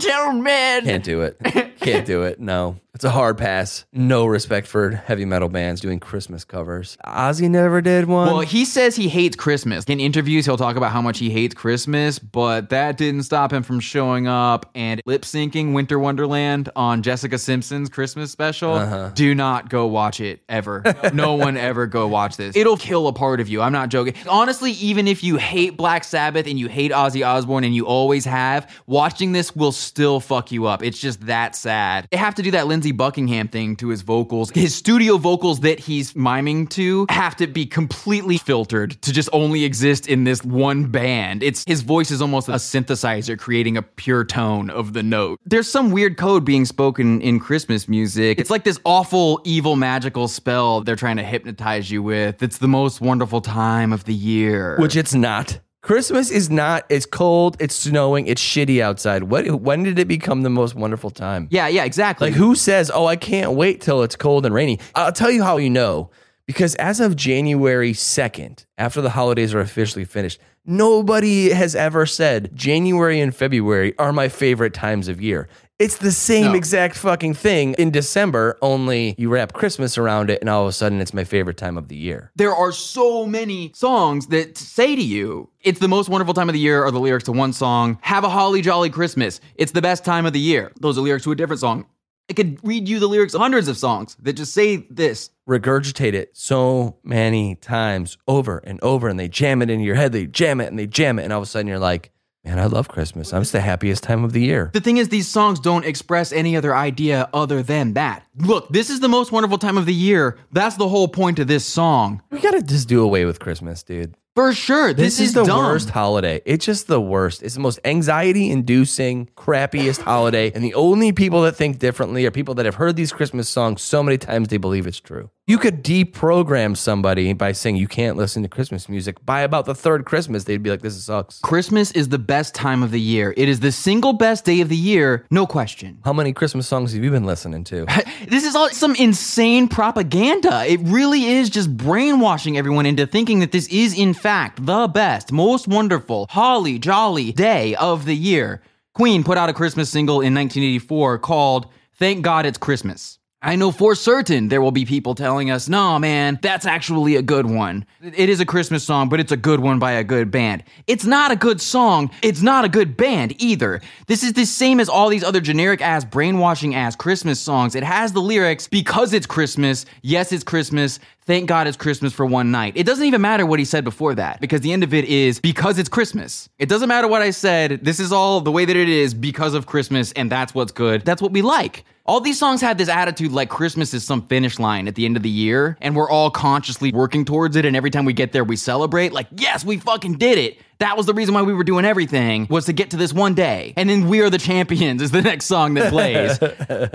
Speaker 2: gentlemen.
Speaker 1: Can't do it. Can't do it. No. It's a hard pass. No respect for heavy metal bands doing Christmas covers. Ozzy never did one.
Speaker 2: Well, he says he hates Christmas. In interviews, he'll talk about how much he hates Christmas, but that didn't stop him from showing up and lip syncing Winter Wonderland on Jessica Simpson's Christmas special. Do not go watch it ever. no one ever go watch this. It'll kill a part of you. I'm not joking. Honestly, even if you hate Black Sabbath and you hate Ozzy Osbourne and you always have, watching this will still fuck you up. It's just that sad. They have to do that Lindsey Buckingham thing to his vocals. His studio vocals that he's miming to have to be completely filtered to just only exist in this one band. It's his voice is almost a synthesizer creating a pure tone of the note. There's some weird code being spoken in Christmas music. It's like this awful evil magical spell they're trying to hypnotize you with. It's the most wonderful time of the year.
Speaker 1: Which it's not. Christmas is not. It's cold. It's snowing. It's shitty outside. What? When did it become the most wonderful time?
Speaker 2: yeah, yeah, exactly.
Speaker 1: Like who says, "Oh, I can't wait till it's cold and rainy"? I'll tell you how you know because as of January 2nd, after the holidays are officially finished, nobody has ever said January and February are my favorite times of year. It's the same
Speaker 2: No.
Speaker 1: exact fucking thing in December, only you wrap Christmas around it and all of a sudden it's my favorite time of the year.
Speaker 2: there are so many songs that say to you, it's the most wonderful time of the year are the lyrics to one song, have a holly jolly Christmas. It's the best time of the year. Those are lyrics to a different song. I could read you the lyrics to hundreds of songs that just say this.
Speaker 1: Regurgitate it so many times over and over and they jam it into your head, they jam it and they jam it and all of a sudden you're like, "Man, I love Christmas. I'm just the happiest time of the year."
Speaker 2: The thing is, these songs don't express any other idea other than that. Look, this is the most wonderful time of the year. That's the whole point of this song.
Speaker 1: We gotta just do away with Christmas, dude.
Speaker 2: For sure, this,
Speaker 1: This, is, the
Speaker 2: dumb.
Speaker 1: worst holiday. It's just the worst. It's the most anxiety inducing, crappiest holiday. And the only people that think differently are people that have heard these Christmas songs so many times they believe it's true. You could deprogram somebody by saying you can't listen to Christmas music. By about the third Christmas, they'd be like, this sucks.
Speaker 2: Christmas is the best time of the year. It is the single best day of the year, no question.
Speaker 1: How many Christmas songs have you been listening to?
Speaker 2: This is all some insane propaganda. It really is just brainwashing everyone into thinking that this is, in fact, the best, most wonderful, holly jolly day of the year. Queen put out a Christmas single in 1984 called Thank God It's Christmas. I know for certain there will be people telling us, no, man, that's actually a good one. It is a Christmas song, but it's a good one by a good band. It's not a good song. It's not a good band either. This is the same as all these other generic ass, brainwashing ass Christmas songs. It has the lyrics because it's Christmas. Yes, it's Christmas. Thank God it's Christmas for one night. It doesn't even matter what he said before that because the end of it is because it's Christmas. It doesn't matter what I said. This is all the way that it is because of Christmas, and that's what's good. That's what we like. All these songs have this attitude like Christmas is some finish line at the end of the year, and we're all consciously working towards it, and every time we get there, we celebrate like, yes, we fucking did it. That was the reason why we were doing everything was to get to this one day. And then We Are the Champions is the next song that plays.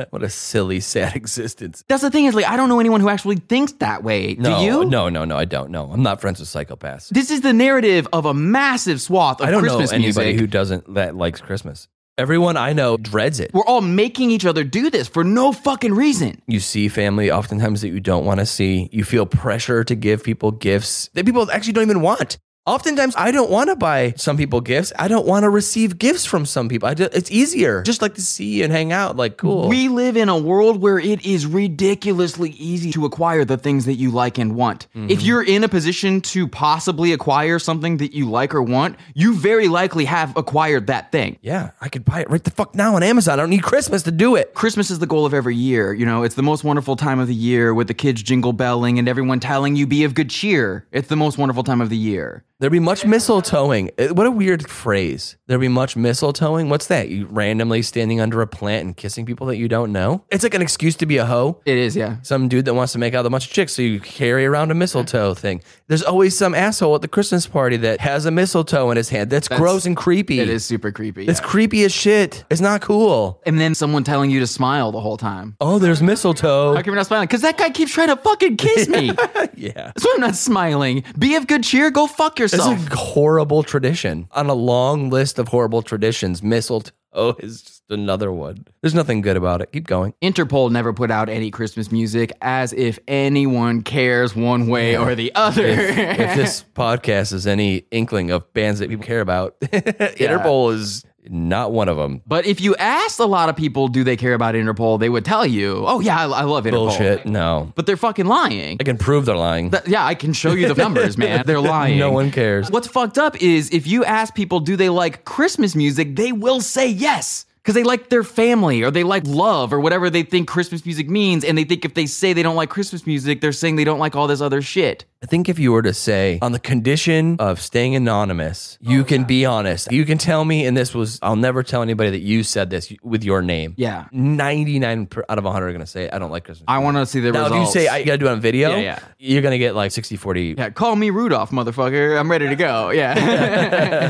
Speaker 1: What a silly, sad existence.
Speaker 2: That's the thing is like I don't know anyone who actually thinks that way.
Speaker 1: No,
Speaker 2: Do you?
Speaker 1: No, no, no. I don't. No, I'm not friends with psychopaths.
Speaker 2: This is the narrative of a massive swath of
Speaker 1: I don't
Speaker 2: Christmas
Speaker 1: know anybody
Speaker 2: music.
Speaker 1: who doesn't that likes Christmas. Everyone I know dreads it.
Speaker 2: We're all making each other do this for no fucking reason.
Speaker 1: You see family oftentimes that you don't want to see. You feel pressure to give people gifts that people actually don't even want. Oftentimes, I don't want to buy some people gifts. I don't want to receive gifts from some people. I do, it's easier just like to see and hang out. Like, cool.
Speaker 2: We live in a world where it is ridiculously easy to acquire the things that you like and want. If you're in a position to possibly acquire something that you like or want, you very likely have acquired that thing.
Speaker 1: yeah, I could buy it right the fuck now on Amazon. I don't need Christmas to do it.
Speaker 2: Christmas is the goal of every year. You know, it's the most wonderful time of the year with the kids jingle belling and everyone telling you be of good cheer. It's the most wonderful time of the year.
Speaker 1: There'd be much mistletoeing. Uh, What a weird phrase. There'd be much mistletoeing. What's that? You randomly standing under a plant and kissing people that you don't know? It's like an excuse to be a hoe.
Speaker 2: It is, yeah.
Speaker 1: Some dude that wants to make out with a bunch of chicks, so you carry around a mistletoe thing. There's always some asshole at the Christmas party that has a mistletoe in his hand. That's, gross and creepy.
Speaker 2: It is super creepy.
Speaker 1: It's creepy as shit. It's not cool.
Speaker 2: and then someone telling you to smile the whole time.
Speaker 1: Oh, there's mistletoe.
Speaker 2: How come you're not smiling? Because that guy keeps trying to fucking kiss me. That's
Speaker 1: Yeah.
Speaker 2: why I'm not smiling. Be of good cheer. Go fuck
Speaker 1: It's
Speaker 2: yourself.
Speaker 1: a horrible tradition. On a long list of horrible traditions, mistletoe is just another one. There's nothing good about it. Keep going.
Speaker 2: Interpol never put out any Christmas music as if anyone cares one way or the other.
Speaker 1: if this podcast is any inkling of bands that people care about, Interpol is not one of them.
Speaker 2: but if you asked a lot of people, do they care about Interpol? They would tell you, oh, yeah, I, I love Interpol.
Speaker 1: Bullshit. No.
Speaker 2: But they're fucking lying.
Speaker 1: I can prove they're lying.
Speaker 2: Th- yeah, I can show you the numbers, man. They're lying.
Speaker 1: No one cares.
Speaker 2: What's fucked up is if you ask people, do they like Christmas music, they will say yes. Because they like their family or they like love or whatever they think Christmas music means. And they think if they say they don't like Christmas music, they're saying they don't like all this other shit.
Speaker 1: I think if you were to say, on the condition of staying anonymous,
Speaker 2: Oh,
Speaker 1: you can be honest. You can tell me, and this was, I'll never tell anybody that you said this with your name.
Speaker 2: Yeah.
Speaker 1: 99 per, out of 100 are going to say, I don't like Christmas.
Speaker 2: I want to see the
Speaker 1: now, if you
Speaker 2: results.
Speaker 1: say, I got to do it on video,
Speaker 2: Yeah, yeah.
Speaker 1: you're going to get like 60, 40
Speaker 2: yeah, call me Rudolph, motherfucker. I'm ready to go. Yeah.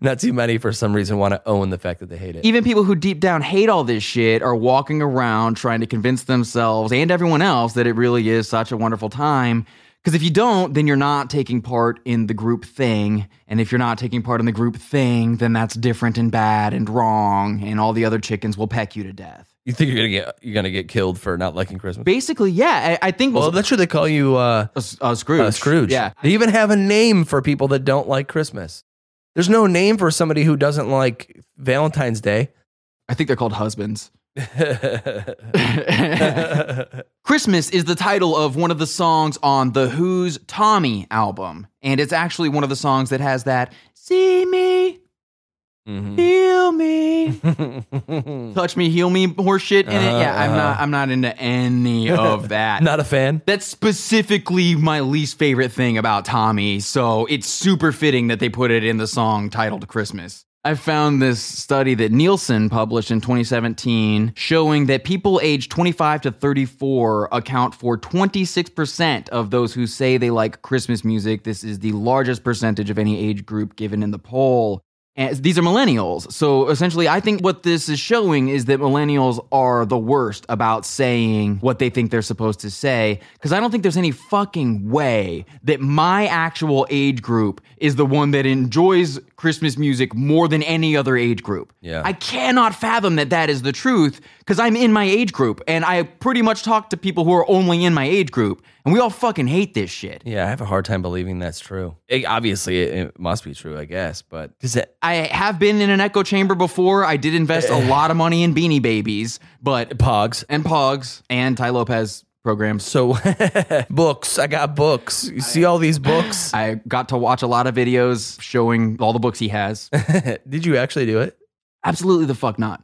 Speaker 1: not too many for some reason want to own the fact that they hate it.
Speaker 2: Even people who deep down hate all this shit are walking around trying to convince themselves and everyone else that it really is such a wonderful time. Because if you don't, then you're not taking part in the group thing. And if you're not taking part in the group thing, then that's different and bad and wrong. And all the other chickens will peck you to death.
Speaker 1: You think you're gonna get you're gonna get killed for not liking Christmas?
Speaker 2: Basically, yeah, I, I think
Speaker 1: Well, that's sure they call you uh,
Speaker 2: uh, S- uh, Scrooge.
Speaker 1: uh, Scrooge.
Speaker 2: Yeah.
Speaker 1: They even have a name for people that don't like Christmas. There's no name for somebody who doesn't like Valentine's Day.
Speaker 2: I think they're called husbands.
Speaker 1: That's Mm-hmm.
Speaker 2: Christmas is the title of one of the songs on the Who's Tommy album. And it's actually one of the songs that has that see me, heal me, touch me, heal me horseshit in it. Yeah, I'm not I'm not into any of that.
Speaker 1: not a fan.
Speaker 2: That's specifically my least favorite thing about Tommy, so it's super fitting that they put it in the song titled Christmas. I found this study that Nielsen published in 2017 showing that people aged 25 to 34 account for 26% of those who say they like Christmas music. This is the largest percentage of any age group given in the poll. And these are millennials. So essentially, I think what this is showing is that millennials are the worst about saying what they think they're supposed to say. Because I don't think there's any fucking way that my actual age group is the one that enjoys Christmas music more than any other age group.
Speaker 1: Yeah.
Speaker 2: I cannot fathom that that is the truth because I'm in my age group and I pretty much talk to people who are only in my age group. And we all fucking hate this shit.
Speaker 1: Yeah, I have a hard time believing that's true. It- obviously, it, it must be true, I guess. But does it
Speaker 2: I have been in an echo chamber before. I did invest a lot of money in Beanie Babies, but
Speaker 1: pogs?
Speaker 2: and Pogs and Ty Lopez programs.
Speaker 1: So books. I got books. You see all these books.
Speaker 2: I got to watch a lot of videos showing all the books he has.
Speaker 1: Did you actually do it?
Speaker 2: Absolutely the fuck not.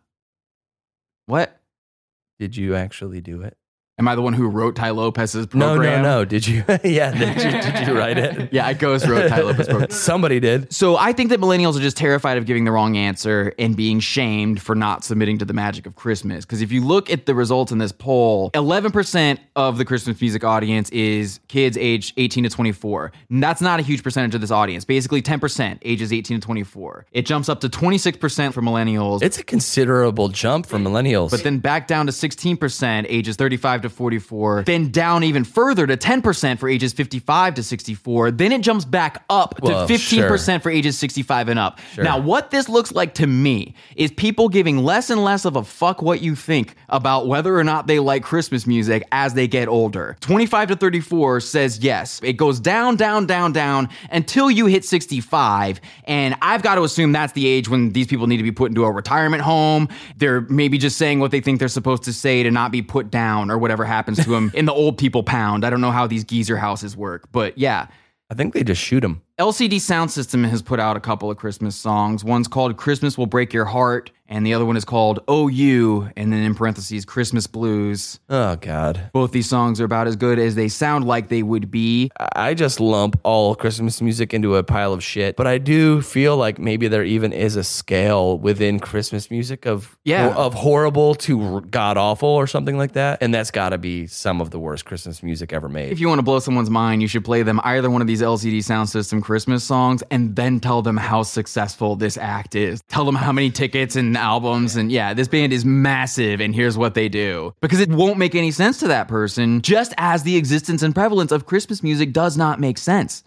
Speaker 2: What?
Speaker 1: Did you actually do it?
Speaker 2: Am I the one who wrote Ty Lopez's
Speaker 1: No,
Speaker 2: program?
Speaker 1: no, no. Did you? yeah. Did you, did you write it?
Speaker 2: Yeah, I ghost wrote Ty Lopez's program.
Speaker 1: Somebody did.
Speaker 2: So I think that millennials are just terrified of giving the wrong answer and being shamed for not submitting to the magic of Christmas. Because if you look at the results in this poll, 11% of the Christmas music audience is kids aged 18 to 24. And that's not a huge percentage of this audience. Basically, 10% ages 18 to 24. It jumps up to 26% for millennials.
Speaker 1: It's a considerable jump for millennials.
Speaker 2: but then back down to 16% ages 35 to 44, then down even further to 10% for ages 55 to 64. Then it jumps back up
Speaker 1: Well,
Speaker 2: to 15%
Speaker 1: sure.
Speaker 2: percent for ages 65 and up. Now, what this looks like to me is people giving less and less of a fuck what you think about whether or not they like Christmas music as they get older. 25 to 34 says yes. It goes down, down, down, down until you hit 65. And I've got to assume that's the age when these people need to be put into a retirement home. They're maybe just saying what they think they're supposed to say to not be put down or whatever happens to them in the old people pound. I don't know how these geezer houses work, but yeah.
Speaker 1: I think they just shoot them.
Speaker 2: LCD Sound System has put out a couple of Christmas songs. One's called Christmas Will Break Your Heart, and the other one is called Oh You, and then in parentheses, Christmas Blues.
Speaker 1: Oh God.
Speaker 2: Both these songs are about as good as they sound like they would be.
Speaker 1: I just lump all Christmas music into a pile of shit, but I do feel like maybe there even is a scale within Christmas music of
Speaker 2: Yeah.
Speaker 1: of horrible to god awful or something like that, and that's got to be some of the worst Christmas music ever made.
Speaker 2: If you want to blow someone's mind, you should play them either one of these LCD Sound System Christmas songs and then tell them how successful this act is. Tell them how many tickets and albums and yeah, this band is massive and here's what they do. Because it won't make any sense to that person, just as the existence and prevalence of Christmas music does not make sense.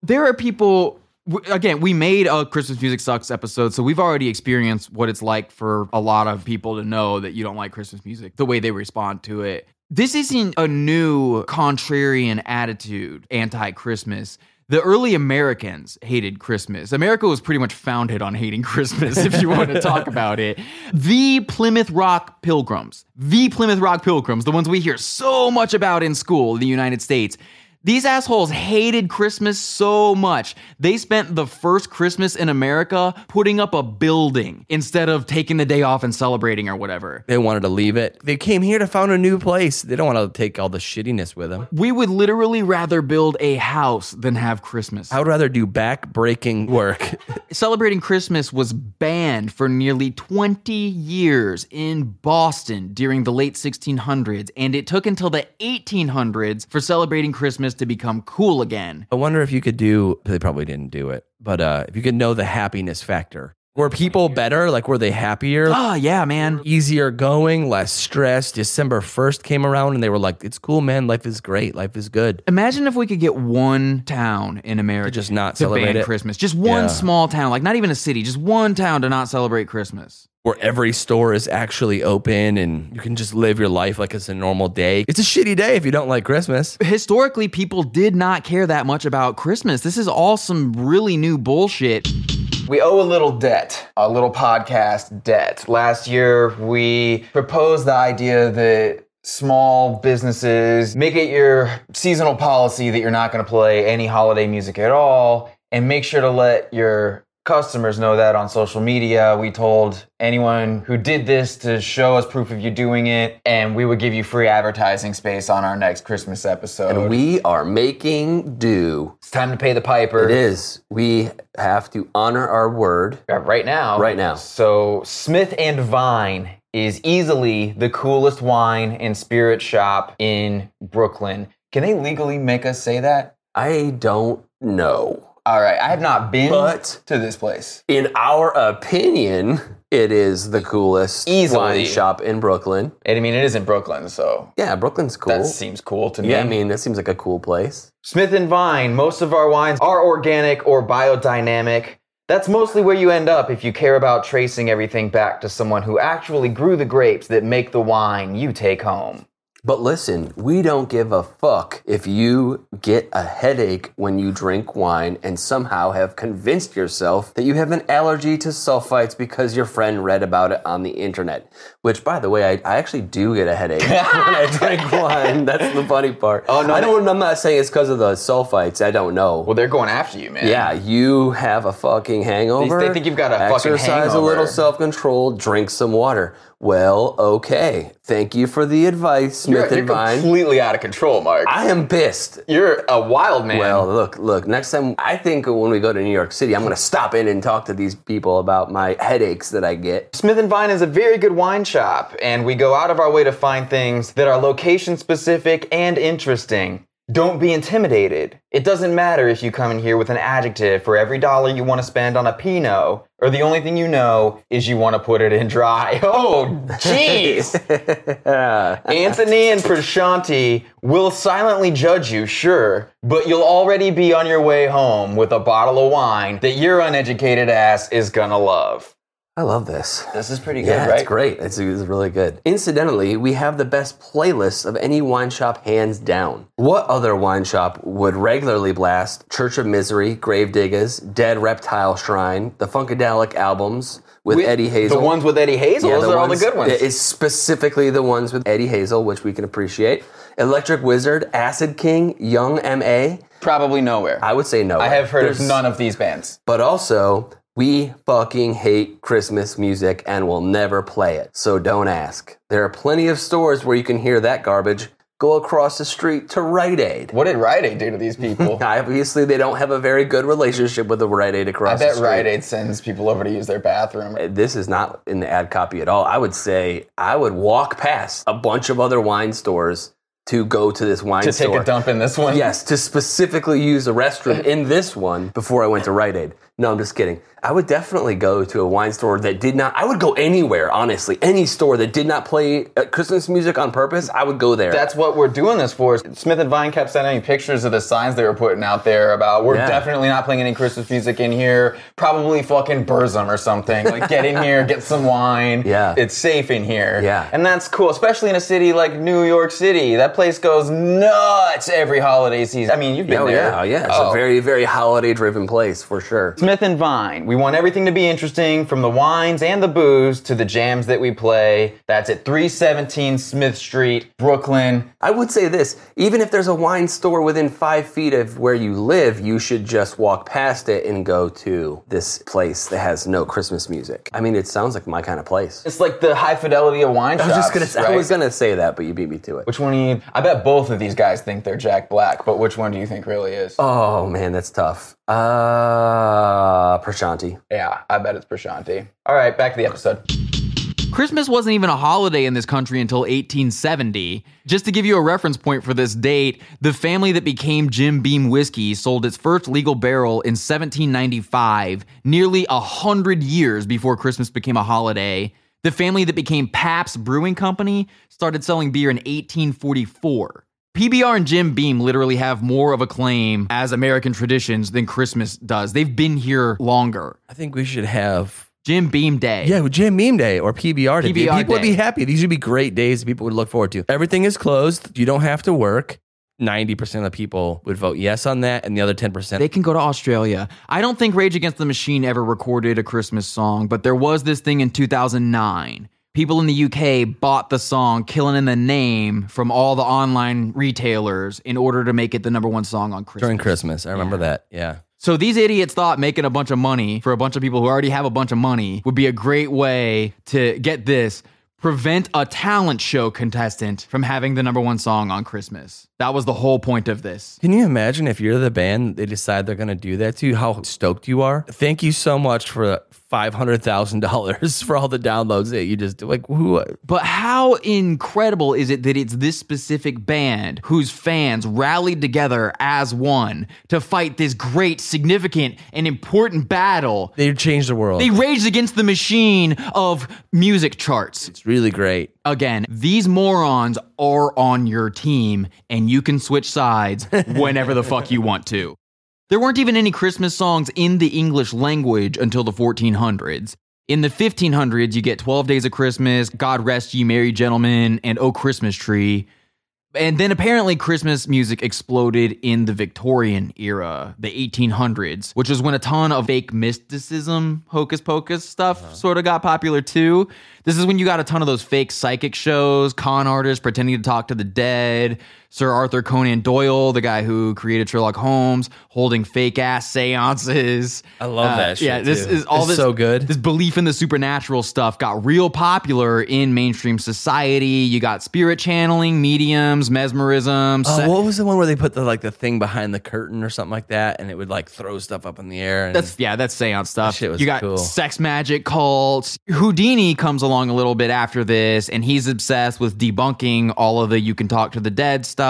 Speaker 2: There are people w- Again, we made a Christmas Music Sucks episode, so we've already experienced what it's like for a lot of people to know that you don't like Christmas music, the way they respond to it. This isn't a new contrarian attitude, anti Christmas. The early Americans hated Christmas. America was pretty much founded on hating Christmas, if you want to talk about it. The Plymouth Rock Pilgrims, the Plymouth Rock Pilgrims, the ones we hear so much about in school in the United States, these assholes hated Christmas so much. They spent the first Christmas in America putting up a building instead of taking the day off and celebrating or whatever.
Speaker 1: They wanted to leave it. They came here to found a new place. They don't want to take all the shittiness with them.
Speaker 2: We would literally rather build a house than have Christmas. Uh,
Speaker 1: I would rather do back breaking work.
Speaker 2: Celebrating Christmas was banned for nearly 20 years in Boston during the late 1600s, and it took until the 1800s for celebrating Christmas to become cool again.
Speaker 1: I wonder if you could do, they probably didn't do it, but uh, if you could know the happiness factor. Were people better? Like, were they happier?
Speaker 2: Oh, yeah, man.
Speaker 1: Easier going, less stress. December 1st came around and they were like, it's cool, man. Life is great. Life is good.
Speaker 2: Imagine if we could get one town in America
Speaker 1: Just not
Speaker 2: to ban
Speaker 1: celebrate it.
Speaker 2: Christmas. Just one
Speaker 1: Yeah.
Speaker 2: small town, like not even a city, just one town to not celebrate Christmas.
Speaker 1: Where every store is actually open and you can just live your life like it's a normal day. It's a shitty day if you don't like Christmas.
Speaker 2: Historically, people did not care that much about Christmas. This is all some really new bullshit. We owe a little debt, a little podcast debt. Last year, we proposed the idea that small businesses make it your seasonal policy that you're not going to play any holiday music at all and make sure to let your customers know that on social media. We told anyone who did this to show us proof of you doing it and we would give you free advertising space on our next Christmas episode.
Speaker 3: We are making do.
Speaker 2: it's time to pay the piper.
Speaker 3: It is. We have to honor our word.
Speaker 2: Uh, right now.
Speaker 3: Right now.
Speaker 2: So Smith and Vine is easily the coolest wine and spirit shop in Brooklyn. Can they legally make us say that?
Speaker 3: I don't know.
Speaker 2: All right, I have not been
Speaker 3: But-
Speaker 2: to this place.
Speaker 3: In our opinion, it is the coolest
Speaker 2: Easily.
Speaker 3: wine shop in Brooklyn.
Speaker 2: And I mean, it is in Brooklyn, so
Speaker 3: Yeah, Brooklyn's cool.
Speaker 2: that seems cool to me.
Speaker 3: yeah, I mean, that seems like a cool place.
Speaker 2: Smith and Vine, most of our wines are organic or biodynamic. That's mostly where you end up if you care about tracing everything back to someone who actually grew the grapes that make the wine you take home.
Speaker 3: But listen, we don't give a fuck if you get a headache when you drink wine and somehow have convinced yourself that you have an allergy to sulfites because your friend read about it on the internet. Which, by the way, I, I actually do get a headache when I drink wine. That's the funny part. Oh no, I don't. I'm not saying it's because of the sulfites. I don't know.
Speaker 4: Well, they're going after you, man.
Speaker 3: Yeah, you have a fucking hangover.
Speaker 4: They think you've got a fucking
Speaker 3: Exercise a
Speaker 4: hangover.
Speaker 3: little self control, drink some water.
Speaker 1: well, okay. Thank you for the advice,
Speaker 3: You're,
Speaker 1: Smith
Speaker 3: you're
Speaker 1: and Vine.
Speaker 3: completely out of control, Mark.
Speaker 1: I am pissed.
Speaker 3: You're a wild man.
Speaker 1: Well, look, look. Next time, I think when we go to New York City, I'm going to stop in and talk to these people about my headaches that I get.
Speaker 3: Smith and Vine is a very good wine shop, and we go out of our way to find things that are location specific and interesting. Don't be intimidated. It doesn't matter if you come in here with an adjective for every dollar you want to spend on a Pinot, or the only thing you know is you want to put it in dry. Oh, jeez! Anthony and Prashanti will silently judge you, sure, but you'll already be on your way home with a bottle of wine that your uneducated ass is gonna love.
Speaker 1: I love this.
Speaker 3: This is pretty
Speaker 1: Yeah, it's great. It's, it's really good. Incidentally, we have the best playlist of any wine shop, hands down. What other wine shop would regularly blast Church of Misery, Gravediggers, Dead Reptile Shrine, the Funkadelic albums with, Eddie Hazel?
Speaker 3: The ones with Eddie Hazel,
Speaker 1: Yeah,
Speaker 3: those are all the good ones.
Speaker 1: It's specifically the ones with Eddie Hazel, which we can appreciate. Electric Wizard, Acid King, Young M.A.
Speaker 3: probably nowhere. I,
Speaker 1: I would say no.
Speaker 3: have heard of
Speaker 1: There's-
Speaker 3: none of these bands.
Speaker 1: But also, we fucking hate Christmas music and will never play it. So don't ask. There are plenty of stores where you can hear that garbage. Go across the street to Rite Aid.
Speaker 3: What did Rite Aid do to these people?
Speaker 1: Obviously, they don't have a very good relationship with the Rite Aid across
Speaker 3: I
Speaker 1: the
Speaker 3: bet
Speaker 1: street. Uh,
Speaker 3: Rite Aid sends people over to use their bathroom.
Speaker 1: this is not in the ad copy at all. I would say I would walk past a bunch of other wine stores to go to this wine
Speaker 3: To take
Speaker 1: store.
Speaker 3: a dump in this one.
Speaker 1: Yes, to specifically use a restroom in this one before I went to Rite Aid. No, I'm just kidding. I would definitely go to a wine store that did not. I would go anywhere, honestly. Any store that did not play uh, Christmas music on purpose, I would go there.
Speaker 3: That's what we're doing this for. Smith and Vine kept sending me pictures of the signs they were putting out there about we're
Speaker 1: Yeah.
Speaker 3: definitely not playing any Christmas music in here. Probably fucking Burzum or something. Like get in here, get some wine.
Speaker 1: Yeah.
Speaker 3: It's safe in here.
Speaker 1: Yeah.
Speaker 3: And that's cool, especially in a city like New York City. That place goes nuts every holiday season. I mean, you've been
Speaker 1: oh
Speaker 3: there.
Speaker 1: yeah, oh, yeah. It's
Speaker 3: Oh.
Speaker 1: a very, very holiday-driven place for sure.
Speaker 3: Smith and Vine. We want everything to be interesting from the wines and the booze to the jams that we play. That's at 317 Smith Street, Brooklyn.
Speaker 1: I would say this even if there's a wine store within five feet of where you live, you should just walk past it and go to this place that has no Christmas music. I mean, it sounds like my kind of place.
Speaker 3: It's like the high fidelity of wine
Speaker 1: I
Speaker 3: shops.
Speaker 1: was just gonna,
Speaker 3: right?
Speaker 1: I was gonna say that, but you beat me to it.
Speaker 3: Which one do you? I bet both of these guys think they're Jack Black, but which one do you think really is?
Speaker 1: Oh man, that's tough. Uh, Prashanti.
Speaker 3: Yeah, I bet it's Prashanti. All right, back to the episode.
Speaker 2: Christmas wasn't even a holiday in this country until 1870. Just to give you a reference point for this date, the family that became Jim Beam Whiskey sold its first legal barrel in 1795, nearly a hundred years before Christmas became a holiday. The family that became Pabst Brewing Company started selling beer in 1844. PBR and Jim Beam literally have more of a claim as American traditions than Christmas does. They've been here longer.
Speaker 5: I think we should have
Speaker 2: Jim Beam Day.
Speaker 5: yeah, with Jam Meme Day or PBR Day.
Speaker 2: PBR
Speaker 5: people would
Speaker 2: Day.
Speaker 5: be happy. These would be great days. People would look forward to. Everything is closed. You don't have to work. Ninety percent of the people would vote yes on that, and the other ten
Speaker 2: They
Speaker 5: percent.
Speaker 2: can go to Australia. I don't think Rage Against the Machine ever recorded a Christmas song, but there was this thing in 2009. People in the UK bought the song Killing in the Name from all the online retailers in order to make it the number one song on Christmas.
Speaker 5: During Christmas, I remember that. Yeah,
Speaker 2: So these idiots thought making a bunch of money for a bunch of people who already have a bunch of money would be a great way to get this prevent a talent show contestant from having the number one song on Christmas. That was the whole point of this.
Speaker 5: Can you imagine if you're the band, they decide they're going to do that to you, how stoked you are? Thank you so much for $500,000 for all the downloads that you just Like, who?
Speaker 2: But how incredible is it that it's this specific band whose fans rallied together as one to fight this great, significant, and important battle?
Speaker 5: They changed the world.
Speaker 2: They raged against the machine of music charts.
Speaker 5: it's really great.
Speaker 2: Again, these morons are on your team, and you can switch sides whenever the fuck you want to. There weren't even any Christmas songs in the English language until the 1400s. In the 1500s, you get 12 Days of Christmas, God Rest Ye Merry Gentlemen, and Oh Christmas Tree. And then apparently Christmas music exploded in the Victorian era, the 1800s, which was when a ton of fake mysticism, hocus pocus stuff
Speaker 1: Uh-huh.
Speaker 2: sort of got popular too. This is when you got a ton of those fake psychic shows, con artists pretending to talk to the dead, Sir Arthur Conan Doyle, the guy who created Sherlock Holmes, holding fake ass séances.
Speaker 1: I love
Speaker 2: Uh,
Speaker 1: that shit.
Speaker 2: Yeah, this
Speaker 1: too.
Speaker 2: is all
Speaker 1: It's
Speaker 2: this
Speaker 1: so good.
Speaker 2: this belief in the supernatural stuff got real popular in mainstream society. You got spirit channeling, mediums, mesmerism. se-
Speaker 1: Oh, what was the one where they put the like the thing behind the curtain or something like that, and it would like throw stuff up in the air? And
Speaker 2: that's yeah, that's seance stuff.
Speaker 1: shit was
Speaker 2: you got
Speaker 1: cool.
Speaker 2: sex magic cults. Houdini comes along a little bit after this, and he's obsessed with debunking all of the you can talk to the dead stuff.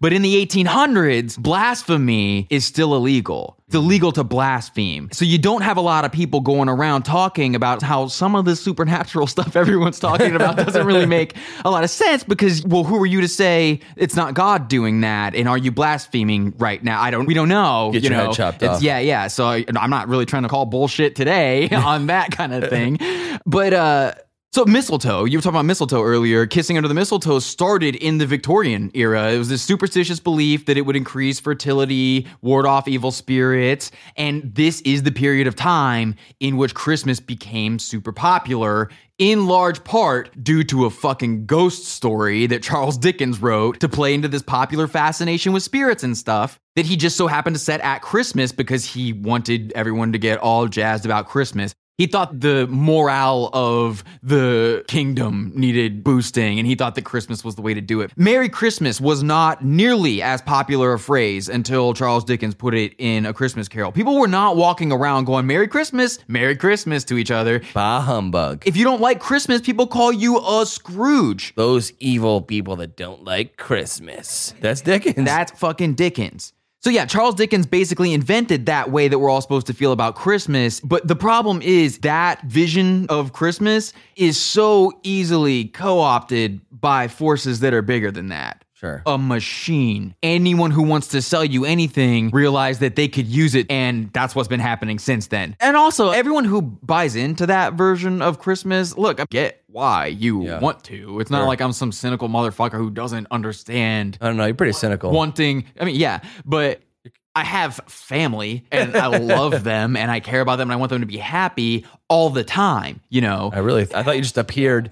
Speaker 2: But in the 1800s, blasphemy is still illegal. It's illegal to blaspheme. So you don't have a lot of people going around talking about how some of this supernatural stuff everyone's talking about doesn't really make a lot of sense because well who are you to say it's not God doing that and are you blaspheming right now? I don't we don't know.
Speaker 1: Get
Speaker 2: you
Speaker 1: your
Speaker 2: know,
Speaker 1: head chopped
Speaker 2: It's-
Speaker 1: off.
Speaker 2: yeah, yeah. So I, I'm not really trying to call bullshit today on that kind of thing. But uh, so mistletoe, you were talking about mistletoe earlier. Kissing under the mistletoe started in the Victorian era. It was this superstitious belief that it would increase fertility, ward off evil spirits. And this is the period of time in which Christmas became super popular. In large part due to a fucking ghost story that Charles Dickens wrote to play into this popular fascination with spirits and stuff that he just so happened to set at Christmas because he wanted everyone to get all jazzed about Christmas. He thought the morale of the kingdom needed boosting, and he thought that Christmas was the way to do it. Merry Christmas was not nearly as popular a phrase until Charles Dickens put it in A Christmas Carol. People were not walking around going, Merry Christmas, Merry Christmas to each other.
Speaker 1: bah humbug.
Speaker 2: If you don't like Christmas, people call you a Scrooge.
Speaker 1: Those evil people that don't like Christmas. That's Dickens.
Speaker 2: That's fucking Dickens. So yeah, Charles Dickens basically invented that way that we're all supposed to feel about Christmas. But the problem is that vision of Christmas is so easily co-opted by forces that are bigger than that.
Speaker 1: sure.
Speaker 2: A machine. Anyone who wants to sell you anything realize that they could use it, and that's what's been happening since then. And also, everyone who buys into that version of Christmas, look, I get why you
Speaker 1: Yeah.
Speaker 2: want to. It's not like I'm some cynical motherfucker who doesn't understand
Speaker 1: I don't know. You're pretty cynical.
Speaker 2: wanting i mean yeah but i have family and i love them and i care about them and i want them to be happy all the time you know
Speaker 1: I really, I thought you just appeared.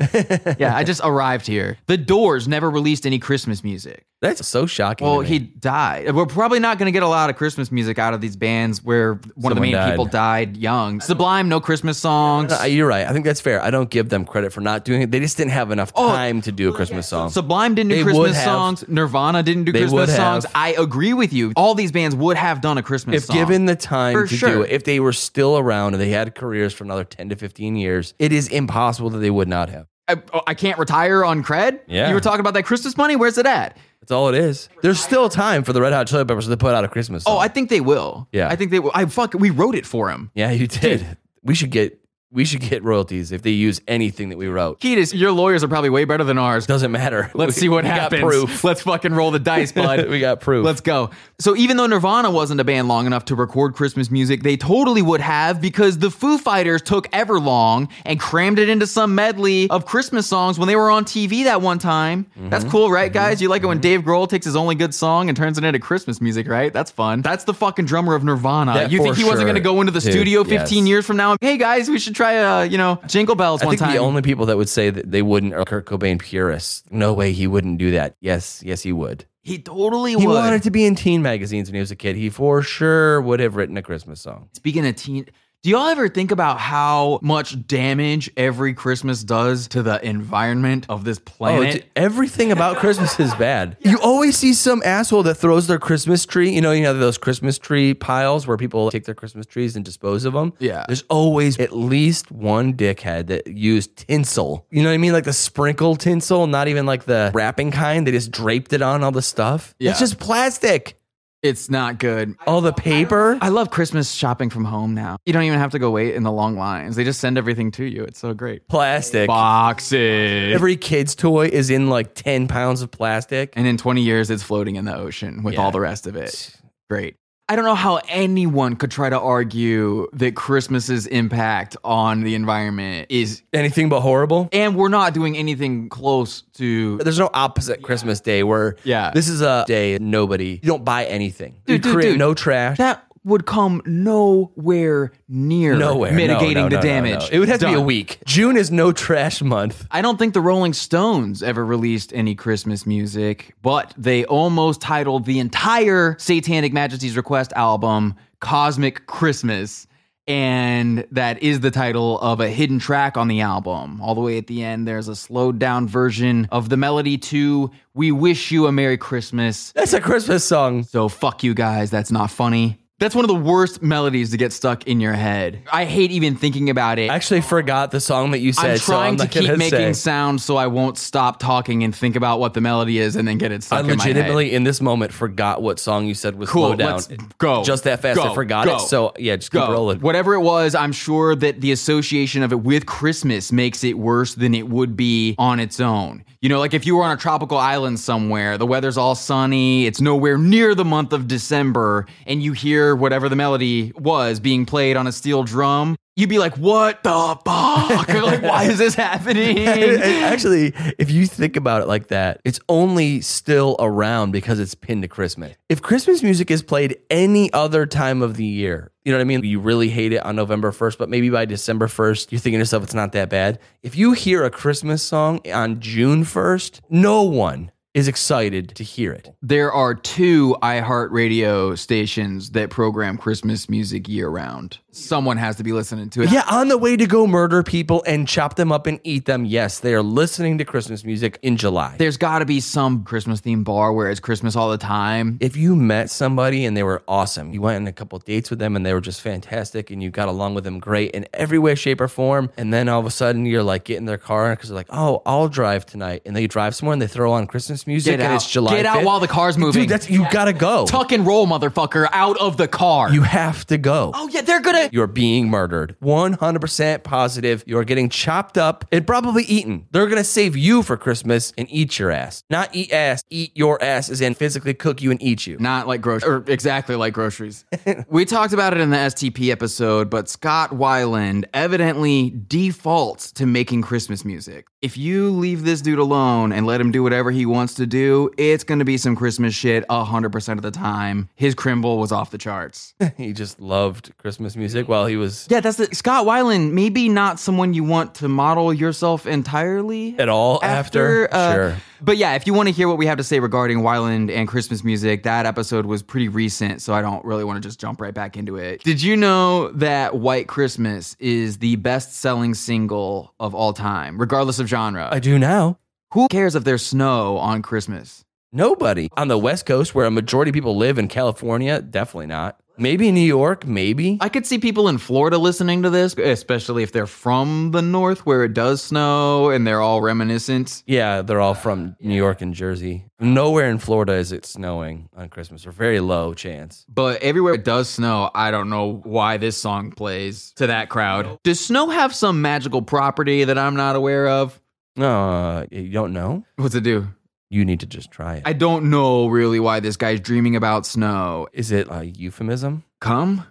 Speaker 2: yeah i just arrived here the doors never released any christmas music
Speaker 1: That's so shocking.
Speaker 2: well
Speaker 1: to me.
Speaker 2: he died we're probably not going to get a lot of christmas music out of these bands where one of
Speaker 1: Someone
Speaker 2: the main
Speaker 1: died.
Speaker 2: people died young sublime no christmas songs
Speaker 1: Uh, You're right. I think that's fair. I don't give them credit for not doing it. They just didn't have enough
Speaker 2: Oh,
Speaker 1: time to do a Christmas song.
Speaker 2: Sublime didn't do
Speaker 1: They would
Speaker 2: Christmas
Speaker 1: have.
Speaker 2: songs. Nirvana didn't do
Speaker 1: They would
Speaker 2: Christmas
Speaker 1: have.
Speaker 2: songs. I agree with you. All these bands would have done a Christmas
Speaker 1: if
Speaker 2: song.
Speaker 1: given the time
Speaker 2: For
Speaker 1: to do
Speaker 2: sure.
Speaker 1: it, if they were still around and they had careers for another 10 to 15 years, it is impossible that they would not have.
Speaker 2: I, oh, I can't retire on cred.
Speaker 1: Yeah.
Speaker 2: You were talking about that Christmas money. Where's it at?
Speaker 1: That's all it is. There's still time for the Red Hot Chili Peppers to put out a Christmas song.
Speaker 2: Oh, I think they will.
Speaker 1: Yeah.
Speaker 2: I think they will. I fuck. We wrote it for him.
Speaker 1: yeah, you did. We should get we should get royalties if they use anything that we wrote.
Speaker 2: Ketis, your lawyers are probably way better than ours.
Speaker 1: Doesn't matter.
Speaker 2: Let's
Speaker 1: We-
Speaker 2: see what
Speaker 1: we
Speaker 2: happens.
Speaker 1: Got proof.
Speaker 2: Let's fucking roll the dice, bud.
Speaker 1: we got proof.
Speaker 2: Let's go. So even though Nirvana wasn't a band long enough to record Christmas music, they totally would have because the Foo Fighters took Everlong and crammed it into some medley of Christmas songs when they were on TV that one time.
Speaker 1: Mm-hmm.
Speaker 2: That's cool, right, guys? You like it when Dave Grohl takes his only good song and turns it into Christmas music, right? That's fun. That's the fucking drummer of Nirvana.
Speaker 1: That
Speaker 2: you
Speaker 1: for
Speaker 2: think he wasn't
Speaker 1: sure,
Speaker 2: going to go into the
Speaker 1: dude.
Speaker 2: studio 15
Speaker 1: Yes.
Speaker 2: years from now? and, Hey guys, we should try uh, you know, Jingle Bells
Speaker 1: I
Speaker 2: one
Speaker 1: think
Speaker 2: time.
Speaker 1: the only people that would say that they wouldn't are Kurt Cobain purists. No way he wouldn't do that. Yes, yes, he would.
Speaker 2: he totally
Speaker 1: He
Speaker 2: would.
Speaker 1: wanted to be in teen magazines when he was a kid. He for sure would have written a Christmas song.
Speaker 2: Speaking of teen, do y'all ever think about how much damage every Christmas does to the environment of this
Speaker 1: Oh,
Speaker 2: planet?
Speaker 1: d- everything about Christmas is bad. You always see some asshole that throws their Christmas tree. You know, you know those Christmas tree piles where people take their Christmas trees and dispose of them.
Speaker 2: Yeah.
Speaker 1: there's always at least one dickhead that used tinsel. You know what I mean? Like the sprinkle tinsel, not even like the wrapping kind. They just draped it on all the stuff.
Speaker 2: Yeah.
Speaker 1: It's just plastic.
Speaker 2: it's not good.
Speaker 1: All the paper.
Speaker 2: I love Christmas shopping from home now. You don't even have to go wait in the long lines. They just send everything to you. It's so great.
Speaker 1: plastic.
Speaker 2: Boxes.
Speaker 1: Every kid's toy is in like 10 pounds of plastic.
Speaker 2: and in 20 years, it's floating in the ocean with all the rest of it. Great. I don't know how anyone could try to argue that Christmas's impact on the environment is,
Speaker 1: Anything but horrible.
Speaker 2: and we're not doing anything close to.
Speaker 1: There's no opposite Christmas day where
Speaker 2: Yeah.
Speaker 1: this is a day nobody you don't buy anything.
Speaker 2: Dude,
Speaker 1: you
Speaker 2: dude,
Speaker 1: create
Speaker 2: dude.
Speaker 1: no trash.
Speaker 2: That would come nowhere near
Speaker 1: nowhere No,
Speaker 2: mitigating
Speaker 1: no,
Speaker 2: the
Speaker 1: no, no,
Speaker 2: damage.
Speaker 1: no. It would have to be a
Speaker 2: Done.
Speaker 1: week. June is no trash month.
Speaker 2: I don't think the Rolling Stones ever released any Christmas music, but they almost titled the entire Satanic Majesty's Request album Cosmic Christmas. And that is the title of a hidden track on the album. All the way at the end, there's a slowed down version of the melody to We Wish You a Merry Christmas.
Speaker 1: That's a Christmas song.
Speaker 2: So fuck you guys, that's not funny. That's one of the worst melodies to get stuck in your head. I hate even thinking about it.
Speaker 1: I actually forgot the song that you said.
Speaker 2: I'm
Speaker 1: so
Speaker 2: trying
Speaker 1: not
Speaker 2: to keep
Speaker 1: gonna
Speaker 2: making
Speaker 1: say.
Speaker 2: sound so I won't stop talking and think about what the melody is and then get it
Speaker 1: I
Speaker 2: stuck in my head.
Speaker 1: legitimately in this moment forgot what song you said was
Speaker 2: Cool,
Speaker 1: slow down.
Speaker 2: let's go.
Speaker 1: Just that fast. I
Speaker 2: Go,
Speaker 1: forgot
Speaker 2: go,
Speaker 1: it. So yeah, just keep
Speaker 2: Go.
Speaker 1: rolling.
Speaker 2: Whatever it was, I'm sure that the association of it with Christmas makes it worse than it would be on its own. You know, like if you were on a tropical island somewhere, the weather's all sunny, it's nowhere near the month of December, and you hear whatever the melody was being played on a steel drum, you'd be like, what the fuck? like, why is this happening?
Speaker 1: And- and actually, if you think about it like that, it's only still around because it's pinned to Christmas. If Christmas music is played any other time of the year, you know what I mean? You really hate it on November 1st, but maybe by December 1st, you're thinking to yourself, it's not that bad. If you hear a Christmas song on June 1st, no one is excited to hear it.
Speaker 2: there are two iHeartRadio stations that program Christmas music year round. Someone has to be listening to it.
Speaker 1: Yeah, on the way to go murder people and chop them up and eat them. Yes, they are listening to Christmas music in July.
Speaker 2: There's got to be some Christmas themed bar where it's Christmas all the time.
Speaker 1: if you met somebody and they were awesome, you went on a couple dates with them and they were just fantastic and you got along with them great in every way, shape, or form, and then all of a sudden you're like, get in their car because they're like, oh, I'll drive tonight. And they drive somewhere and they throw on Christmas music
Speaker 2: Get
Speaker 1: and
Speaker 2: out.
Speaker 1: it's July.
Speaker 2: Get out
Speaker 1: 5th.
Speaker 2: while the car's moving.
Speaker 1: Dude, that's, you gotta go.
Speaker 2: Tuck and roll, motherfucker, out of the car.
Speaker 1: You have to go.
Speaker 2: oh, yeah, they're going to.
Speaker 1: You're being murdered. 100% positive. You're getting chopped up and probably eaten. They're going to save you for Christmas and eat your ass. Not eat ass, eat your ass, as in physically cook you and eat you.
Speaker 2: Not like groceries, or exactly like groceries. we talked about it in the STP episode, but Scott Weiland evidently defaults to making Christmas music. If you leave this dude alone and let him do whatever he wants to do, it's going to be some Christmas shit 100% of the time. His crimble was off the charts.
Speaker 1: He just loved Christmas music while he was
Speaker 2: yeah, that's the Scott Weiland, maybe not someone you want to model yourself entirely
Speaker 1: at all after.
Speaker 2: uh,
Speaker 1: sure.
Speaker 2: But yeah, if you want to hear what we have to say regarding Wyland and Christmas music, that episode was pretty recent, so I don't really want to just jump right back into it. Did you know that White Christmas is the best selling single of all time, regardless of genre?
Speaker 1: I do now.
Speaker 2: Who cares if there's snow on Christmas?
Speaker 1: Nobody on the West Coast, where a majority of people live in California, definitely not. Maybe New York, maybe.
Speaker 2: I could see people in Florida listening to this, especially if they're from the north where it does snow and they're all reminiscent.
Speaker 1: Uh, yeah, they're all from New York and Jersey. Nowhere in Florida is it snowing on Christmas, or very low chance.
Speaker 2: But everywhere it does snow, I don't know why this song plays to that crowd. Does snow have some magical property that I'm not aware of?
Speaker 1: No, uh, you don't know.
Speaker 2: What's it do?
Speaker 1: You need to just try it. Is
Speaker 2: I don't know really why this guy's dreaming about snow.
Speaker 1: it a euphemism?
Speaker 2: Come?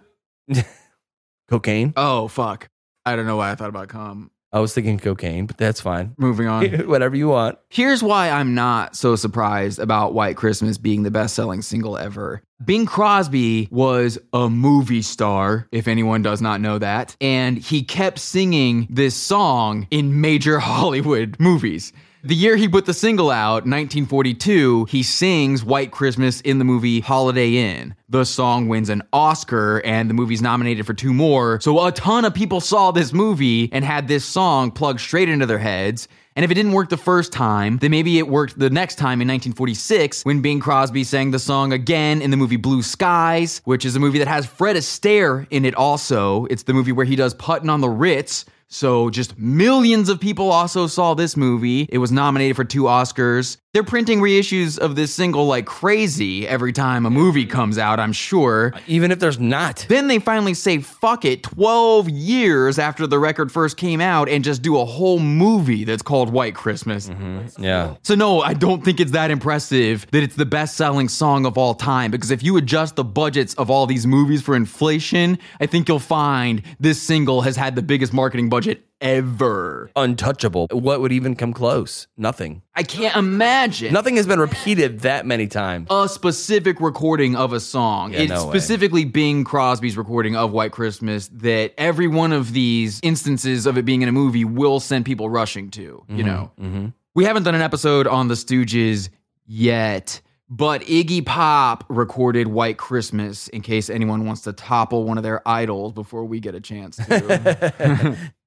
Speaker 1: Cocaine?
Speaker 2: Oh, fuck. I don't know why I thought about come.
Speaker 1: I was thinking cocaine, but that's fine.
Speaker 2: Moving on.
Speaker 1: Whatever you want.
Speaker 2: Here's why I'm not so surprised about White Christmas being the best selling single ever. Bing Crosby was a movie star, if anyone does not know that, and he kept singing this song in major Hollywood movies. The year he put the single out, 1942, he sings White Christmas in the movie Holiday Inn. The song wins an Oscar and the movie's nominated for two more. So a ton of people saw this movie and had this song plugged straight into their heads. And if it didn't work the first time, then maybe it worked the next time in 1946 when Bing Crosby sang the song again in the movie Blue Skies, which is a movie that has Fred Astaire in it also. It's the movie where he does Puttin' on the Ritz, So just millions of people also saw this movie. It was nominated for two Oscars. They're printing reissues of this single like crazy every time a movie comes out, I'm sure.
Speaker 1: Even if there's not.
Speaker 2: Then they finally say fuck it 12 years after the record first came out and just do a whole movie that's called White Christmas.
Speaker 1: Yeah.
Speaker 2: So, no, I don't think it's that impressive that it's the best selling song of all time because if you adjust the budgets of all these movies for inflation, I think you'll find this single has had the biggest marketing budget ever.
Speaker 1: Untouchable. What would even come close? Nothing.
Speaker 2: I can't imagine.
Speaker 1: Nothing has been repeated that many times.
Speaker 2: a specific recording of a song. it's
Speaker 1: no way.
Speaker 2: specifically Bing Crosby's recording of White Christmas that every one of these instances of it being in a movie will send people rushing to,
Speaker 1: Mm-hmm,
Speaker 2: you know. We haven't done an episode on the Stooges yet, but Iggy Pop recorded White Christmas in case anyone wants to topple one of their idols before we get a chance to.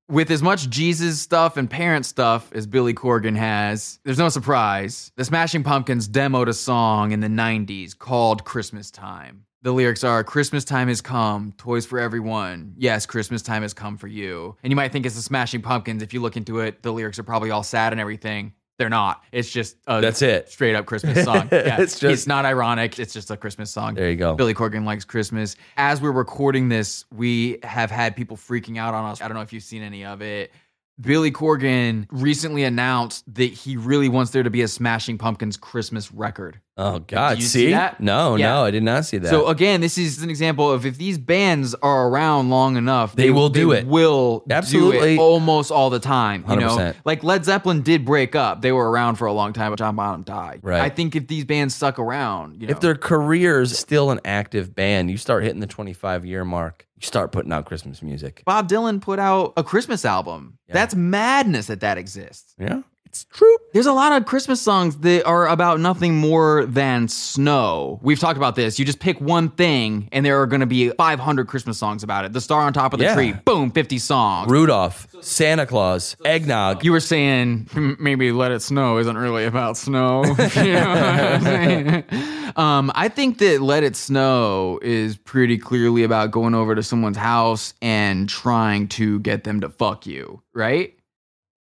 Speaker 2: With as much Jesus stuff and parent stuff as Billy Corgan has, there's no surprise. The Smashing Pumpkins demoed a song in the 90s called Christmas Time. The lyrics are Christmas time has come, toys for everyone. Yes, Christmas time has come for you. And you might think it's the Smashing Pumpkins. If you look into it, the lyrics are probably all sad and everything. They're not. It's just a
Speaker 1: That's it.
Speaker 2: straight up Christmas song. Yeah.
Speaker 1: It's
Speaker 2: it's
Speaker 1: just-
Speaker 2: just not ironic. It's just a Christmas song.
Speaker 1: There you go.
Speaker 2: Billy Corgan likes Christmas. As we're recording this, we have had people freaking out on us. I don't know if you've seen any of it. Billy Corgan recently announced that he really wants there to be a Smashing Pumpkins Christmas record.
Speaker 1: Oh God!
Speaker 2: Do you
Speaker 1: see?
Speaker 2: see that?
Speaker 1: No,
Speaker 2: Yeah.
Speaker 1: no, I did not see that.
Speaker 2: So again, this is an example of if these bands are around long enough,
Speaker 1: They will do it.
Speaker 2: Will do it
Speaker 1: Absolutely.
Speaker 2: almost all the time. You know,
Speaker 1: 100%.
Speaker 2: like Led Zeppelin did break up; they were around for a long time, but John Bonham died.
Speaker 1: Right.
Speaker 2: I think if these bands stuck around, you know,
Speaker 1: if their career's still an active band, you start hitting the 25 year mark, you start putting out Christmas music.
Speaker 2: Bob Dylan put out a Christmas album. That's madness that that exists.
Speaker 1: Yeah, it's true.
Speaker 2: There's a lot of Christmas songs that are about nothing more than snow. We've talked about this. You just pick one thing, and there are going to be 500 Christmas songs about it. The star on top of the
Speaker 1: Yeah.
Speaker 2: tree, boom, 50 songs.
Speaker 1: Rudolph, Santa Claus, eggnog.
Speaker 2: you were saying "Hmm, maybe let it snow isn't really about snow. You know what I'm saying? um, I think that let it snow is pretty clearly about going over to someone's house and trying to get them to fuck you, right?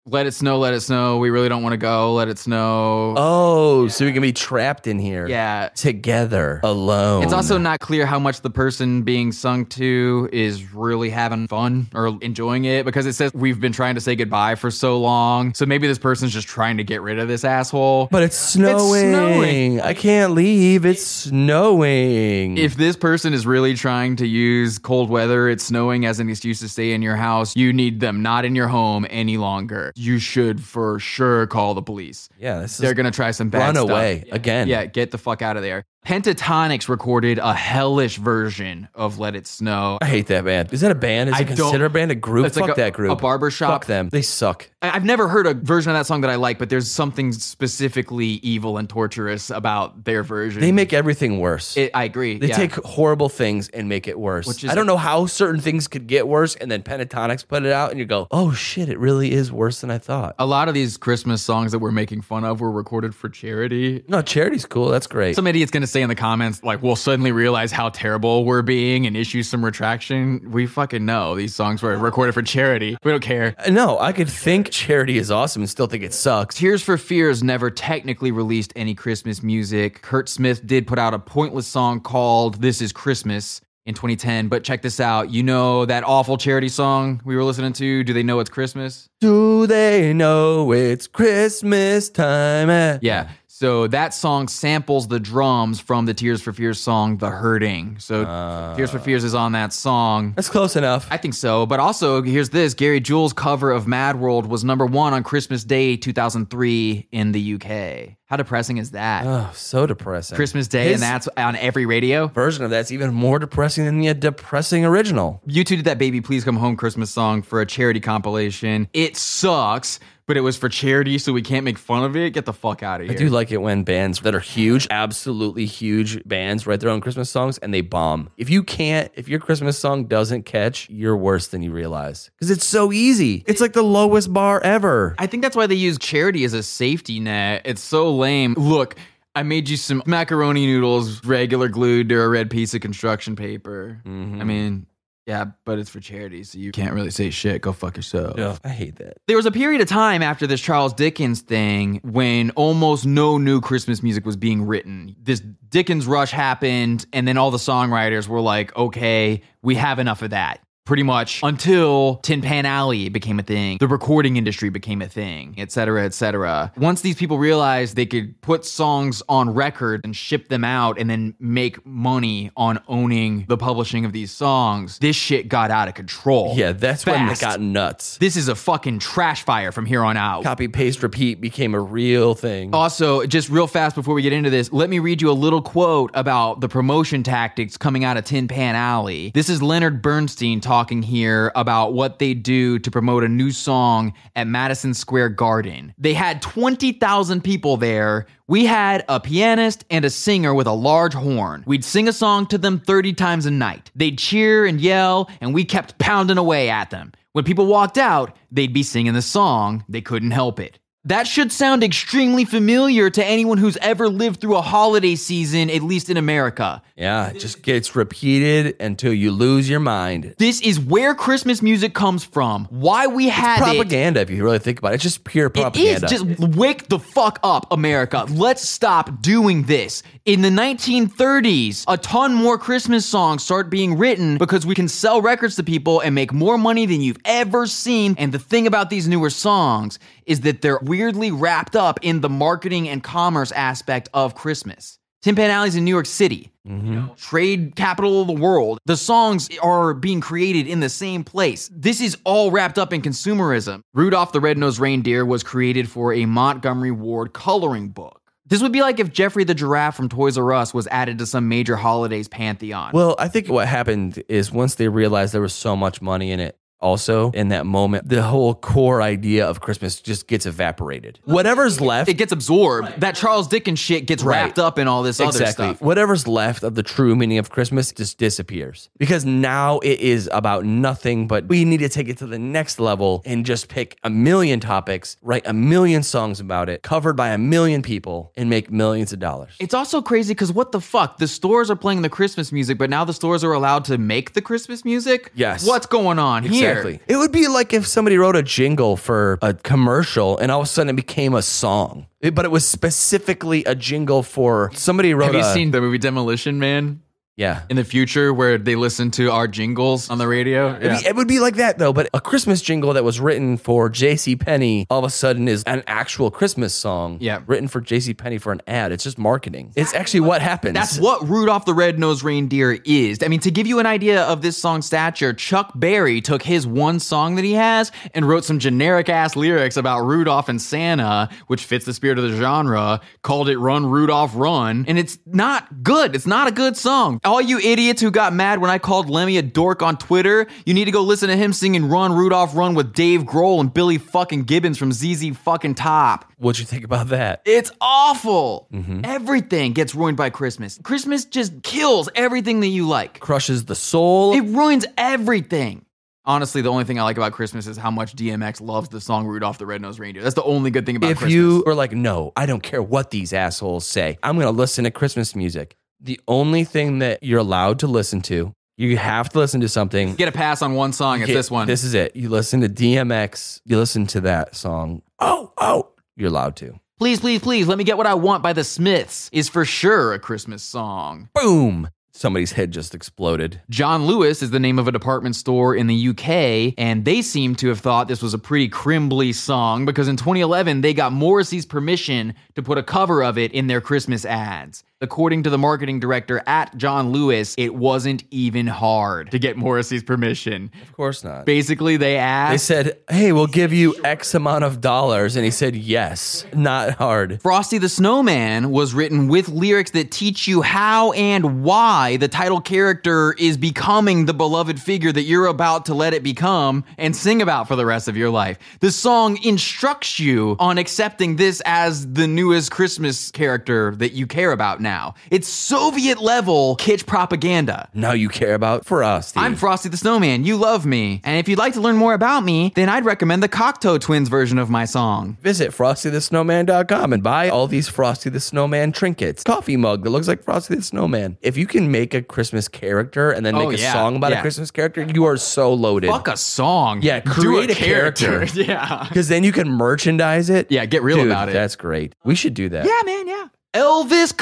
Speaker 2: Let it snow, let it snow. We really don't want to go. Let it snow.
Speaker 1: oh, so we can be trapped in here.
Speaker 2: yeah.
Speaker 1: Together, alone.
Speaker 2: It's also not clear how much the person being sung to is really having fun or enjoying it because it says we've been trying to say goodbye for so long. So maybe this person's just trying to get rid of this asshole.
Speaker 1: But it's snowing.
Speaker 2: snowing.
Speaker 1: I can't leave. It's snowing.
Speaker 2: if this person is really trying to use cold weather, it's snowing as an excuse to stay in your house, you need them not in your home any longer. You should for sure call the police.
Speaker 1: yeah, this
Speaker 2: They're
Speaker 1: is
Speaker 2: going to try some bad
Speaker 1: run
Speaker 2: stuff.
Speaker 1: away again.
Speaker 2: Yeah, get the fuck out of there. Pentatonics recorded a hellish version of Let It Snow.
Speaker 1: I hate that band. Is that a band? Is
Speaker 2: I
Speaker 1: it
Speaker 2: don't-
Speaker 1: considered a band? A group?
Speaker 2: It's like
Speaker 1: Fuck
Speaker 2: a-
Speaker 1: that group.
Speaker 2: a barbershop.
Speaker 1: Fuck them. They suck.
Speaker 2: I- I've never heard a version of that song that I like, but there's something specifically evil and torturous about their version.
Speaker 1: They make everything worse.
Speaker 2: it, I agree.
Speaker 1: They
Speaker 2: yeah.
Speaker 1: take horrible things and make it worse.
Speaker 2: Which is
Speaker 1: I don't
Speaker 2: like-
Speaker 1: know how certain things could get worse, and then Pentatonics put it out, and you go, "Oh shit, it really is worse than I thought."
Speaker 2: a lot of these Christmas songs that we're making fun of were recorded for charity.
Speaker 1: No, charity's cool. That's great.
Speaker 2: Some idiot's gonna say in the comments, like, we'll suddenly realize how terrible we're being and issue some retraction. We fucking know these songs were recorded for charity. We don't care.
Speaker 1: no, I could think charity is awesome and still think it sucks.
Speaker 2: Tears for Fears never technically released any Christmas music. Kurt Smith did put out a pointless song called This Is Christmas in 2010, but check this out. You know that awful charity song we were listening to, Do They Know It's Christmas?
Speaker 1: Do they know it's Christmas time? eh?
Speaker 2: Yeah. So that song samples the drums from the Tears for Fears song, The Hurting. So Tears for Fears is on that song.
Speaker 1: that's close enough.
Speaker 2: I think so. But also, here's this Gary Jules' cover of Mad World was number one on Christmas Day 2003 in the UK. How depressing is that?
Speaker 1: oh, so depressing.
Speaker 2: Christmas Day,
Speaker 1: His
Speaker 2: and that's on every radio.
Speaker 1: version of that's even more depressing than the depressing original.
Speaker 2: You two did that Baby Please Come Home Christmas song for a charity compilation. It sucks, but it was for charity, so we can't make fun of it. Get the fuck out of here.
Speaker 1: I do like it when bands that are huge, absolutely huge bands write their own Christmas songs and they bomb. If you can't, if your Christmas song doesn't catch, you're worse than you realize. Because it's so easy. It's like the lowest bar ever.
Speaker 2: I think that's why they use charity as a safety net. It's so lame. Look, I made you some
Speaker 1: Mm-hmm.
Speaker 2: macaroni noodles, regular glued to a red piece of construction paper. I mean, Yeah, but it's for charity, so you can't really say shit. Go fuck yourself.
Speaker 1: I hate that.
Speaker 2: There was a period of time after this Charles Dickens thing when almost no new Christmas music was being written. This Dickens rush happened, and then all the songwriters were like, okay, we have enough of that. Pretty much until Tin Pan Alley became a thing, the recording industry became a thing, et cetera, et cetera. Once these people realized they could put songs on record and ship them out and then make money on owning the publishing of these songs, this shit got out of control.
Speaker 1: Yeah, that's when it
Speaker 2: Fast.
Speaker 1: got nuts.
Speaker 2: This is a fucking trash fire from here on out.
Speaker 1: Copy, paste, repeat became a real thing.
Speaker 2: Also, just real fast before we get into this, let me read you a little quote about the promotion tactics coming out of Tin Pan Alley. This is Leonard Bernstein talking here about what they do to promote a new song at Madison Square Garden. They had 20,000 people there. We had a pianist and a singer with a large horn. We'd sing a song to them 30 times a night. They'd cheer and yell, and we kept pounding away at them. When people walked out, they'd be singing the song. They couldn't help it. That should sound extremely familiar to anyone who's ever lived through a holiday season, at least in America.
Speaker 1: Yeah, it just gets repeated until you lose your mind.
Speaker 2: This is where Christmas music comes from, why we have it.
Speaker 1: Propaganda, if you really think about it, it's just pure
Speaker 2: It
Speaker 1: propaganda.
Speaker 2: is just wake the fuck up, America. Let's stop doing this. In the 1930s, a ton more Christmas songs start being written because we can sell records to people and make more money than you've ever seen. And the thing about these newer songs is that they're weirdly wrapped up in the marketing and commerce aspect of Christmas. Tin Pan Alley's in New York City
Speaker 1: Mm-hmm.
Speaker 2: trade capital of the world. The songs are being created in the same place. This is all wrapped up in consumerism. Rudolph the Red-Nosed Reindeer was created for a Montgomery Ward coloring book. This would be like if Jeffrey the Giraffe from Toys R Us was added to some major holidays pantheon.
Speaker 1: Well, I think what happened is once they realized there was so much money in it, also in that moment, the whole core idea of Christmas just gets evaporated. Whatever's left,
Speaker 2: it gets absorbed. That Charles Dickens shit gets wrapped up in all this other
Speaker 1: exactly,
Speaker 2: stuff.
Speaker 1: whatever's left of the true meaning of Christmas just disappears because now it is about nothing. But we need to take it to the next level and just pick a million topics, write a million songs about it, covered by a million people, and make millions of dollars.
Speaker 2: It's also crazy because what the fuck? The stores are playing the Christmas music, but now the stores are allowed to make the Christmas music?
Speaker 1: Yes.
Speaker 2: What's going on here?
Speaker 1: Exactly. It would be like if somebody wrote a jingle for a commercial and all of a sudden it became a song. It- but it was specifically a jingle for somebody wrote
Speaker 2: Have you
Speaker 1: a-
Speaker 2: seen the movie Demolition Man?
Speaker 1: Yeah.
Speaker 2: in the future where they listen to our jingles on the radio.
Speaker 1: It'd be- It would be like that though, but a Christmas jingle that was written for J.C. Penney all of a sudden is an actual Christmas song.
Speaker 2: Yeah.
Speaker 1: written for J.C. Penney for an ad. It's just marketing. It's actually what happens.
Speaker 2: That's what Rudolph the Red-Nosed Reindeer is. I mean, to give you an idea of this song's stature, Chuck Berry took his one song that he has and wrote some generic ass lyrics about Rudolph and Santa, which fits the spirit of the genre, called it Run Rudolph Run, and it's not good. It's not a good song. All you idiots who got mad when I called Lemmy a dork on Twitter, you need to go listen to him singing Run Rudolph Run with Dave Grohl and Billy fucking Gibbons from ZZ fucking Top.
Speaker 1: What'd you think about that?
Speaker 2: It's awful.
Speaker 1: Mm-hmm.
Speaker 2: Everything gets ruined by Christmas. Christmas just kills everything that you like.
Speaker 1: Crushes the soul.
Speaker 2: It ruins everything. Honestly, the only thing I like about Christmas is how much DMX loves the song Rudolph the Red-Nosed Reindeer. That's the only good thing about
Speaker 1: if
Speaker 2: Christmas.
Speaker 1: you are like, no, I don't care what these assholes say, I'm going to listen to Christmas music. The only thing that you're allowed to listen to, you have to listen to something.
Speaker 2: get a pass on one song, it's
Speaker 1: Okay,
Speaker 2: this one.
Speaker 1: This is it. You listen to DMX, you listen to that song. Oh, oh, you're allowed to.
Speaker 2: please, please, please, let me get what I want by the Smiths is for sure a Christmas song.
Speaker 1: Boom. Somebody's head just exploded.
Speaker 2: John Lewis is the name of a department store in the UK, and they seem to have thought this was a pretty crimbly song because in 2011 they got Morrissey's permission to put a cover of it in their Christmas ads. According to the marketing director at John Lewis, it wasn't even hard to get Morrissey's permission.
Speaker 1: Of course not.
Speaker 2: Basically, they
Speaker 1: They
Speaker 2: asked.
Speaker 1: said, hey, we'll give you X amount of dollars. And he said, yes, not hard.
Speaker 2: Frosty the Snowman was written with lyrics that teach you how and why the title character is becoming the beloved figure that you're about to let it become and sing about for the rest of your life. The song instructs you on accepting this as the newest Christmas character that you care about now. It's Soviet level kitsch propaganda.
Speaker 1: Now you care about for us.
Speaker 2: I'm Frosty the Snowman. You love me. And if you'd like to learn more about me, then I'd recommend the Cocteau Twins version of my song.
Speaker 1: Visit frostythesnowman.com and buy all these Frosty the Snowman trinkets. Coffee mug that looks like Frosty the Snowman. If you can make a Christmas character and then
Speaker 2: Oh,
Speaker 1: make a
Speaker 2: yeah.
Speaker 1: song about
Speaker 2: Yeah.
Speaker 1: a Christmas character, you are so loaded.
Speaker 2: Fuck a song.
Speaker 1: Yeah,
Speaker 2: Do
Speaker 1: create a character.
Speaker 2: yeah.
Speaker 1: Because then you can merchandise it.
Speaker 2: Yeah, get real
Speaker 1: Dude,
Speaker 2: about it.
Speaker 1: That's great. We should do that.
Speaker 2: Yeah, man, yeah. Elvis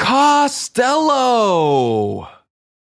Speaker 2: Costello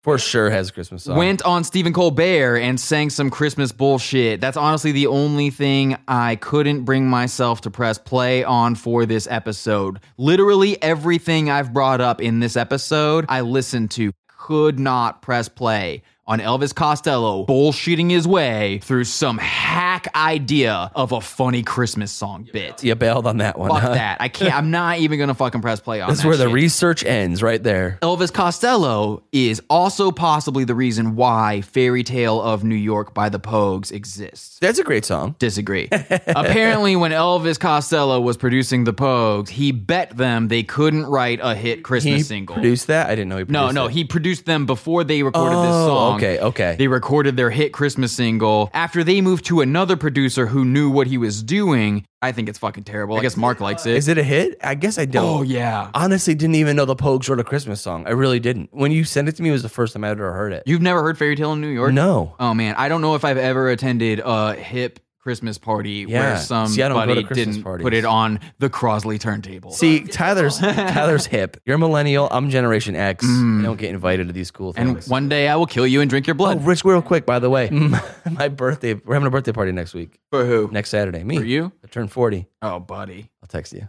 Speaker 1: For sure has a Christmas song.
Speaker 2: went on Stephen Colbert and sang some Christmas bullshit. That's honestly the only thing I couldn't bring myself to press play on for this episode. Literally everything I've brought up in this episode, I listened to, could not press play. On Elvis Costello bullshitting his way through some hack idea of a funny Christmas song bit.
Speaker 1: you bailed on that one.
Speaker 2: Fuck
Speaker 1: huh?
Speaker 2: that. I can't. I'm not even gonna fucking press play on.
Speaker 1: That's
Speaker 2: that
Speaker 1: where the
Speaker 2: shit.
Speaker 1: research ends right there.
Speaker 2: Elvis Costello is also possibly the reason why Fairy Tale of New York by the Pogues exists.
Speaker 1: That's a great song.
Speaker 2: Disagree. Apparently, when Elvis Costello was producing the Pogues, he bet them they couldn't write a hit Christmas
Speaker 1: He
Speaker 2: single.
Speaker 1: produced that? I didn't know he produced
Speaker 2: no, no,
Speaker 1: it.
Speaker 2: he produced them before they recorded this
Speaker 1: Oh,
Speaker 2: song.
Speaker 1: okay, okay.
Speaker 2: They recorded their hit Christmas single. After they moved to another producer who knew what he was doing, I think it's fucking terrible. I guess Mark likes it.
Speaker 1: Is it a hit? I guess I don't.
Speaker 2: oh, yeah.
Speaker 1: Honestly, didn't even know the Pogues wrote a Christmas song. I really didn't. When you sent it to me, it was the first time I ever heard it.
Speaker 2: You've never heard Fairy Tale in New York?
Speaker 1: no.
Speaker 2: Oh man, I don't know if I've ever attended a hip Christmas party
Speaker 1: Yeah.
Speaker 2: where somebody
Speaker 1: See, I don't go to Christmas
Speaker 2: didn't
Speaker 1: parties.
Speaker 2: put it on the Crosley turntable.
Speaker 1: See, Tyler's Tyler's hip. You're a millennial. I'm Generation X. I don't get invited to these cool
Speaker 2: Mm. and
Speaker 1: things.
Speaker 2: one day I will kill you and drink your
Speaker 1: Oh,
Speaker 2: blood.
Speaker 1: Rich, real quick, by the way, my birthday. We're having a birthday party next week,
Speaker 2: For who?
Speaker 1: next Saturday. Me.
Speaker 2: For you?
Speaker 1: I turn forty.
Speaker 2: Oh, buddy.
Speaker 1: I'll text you.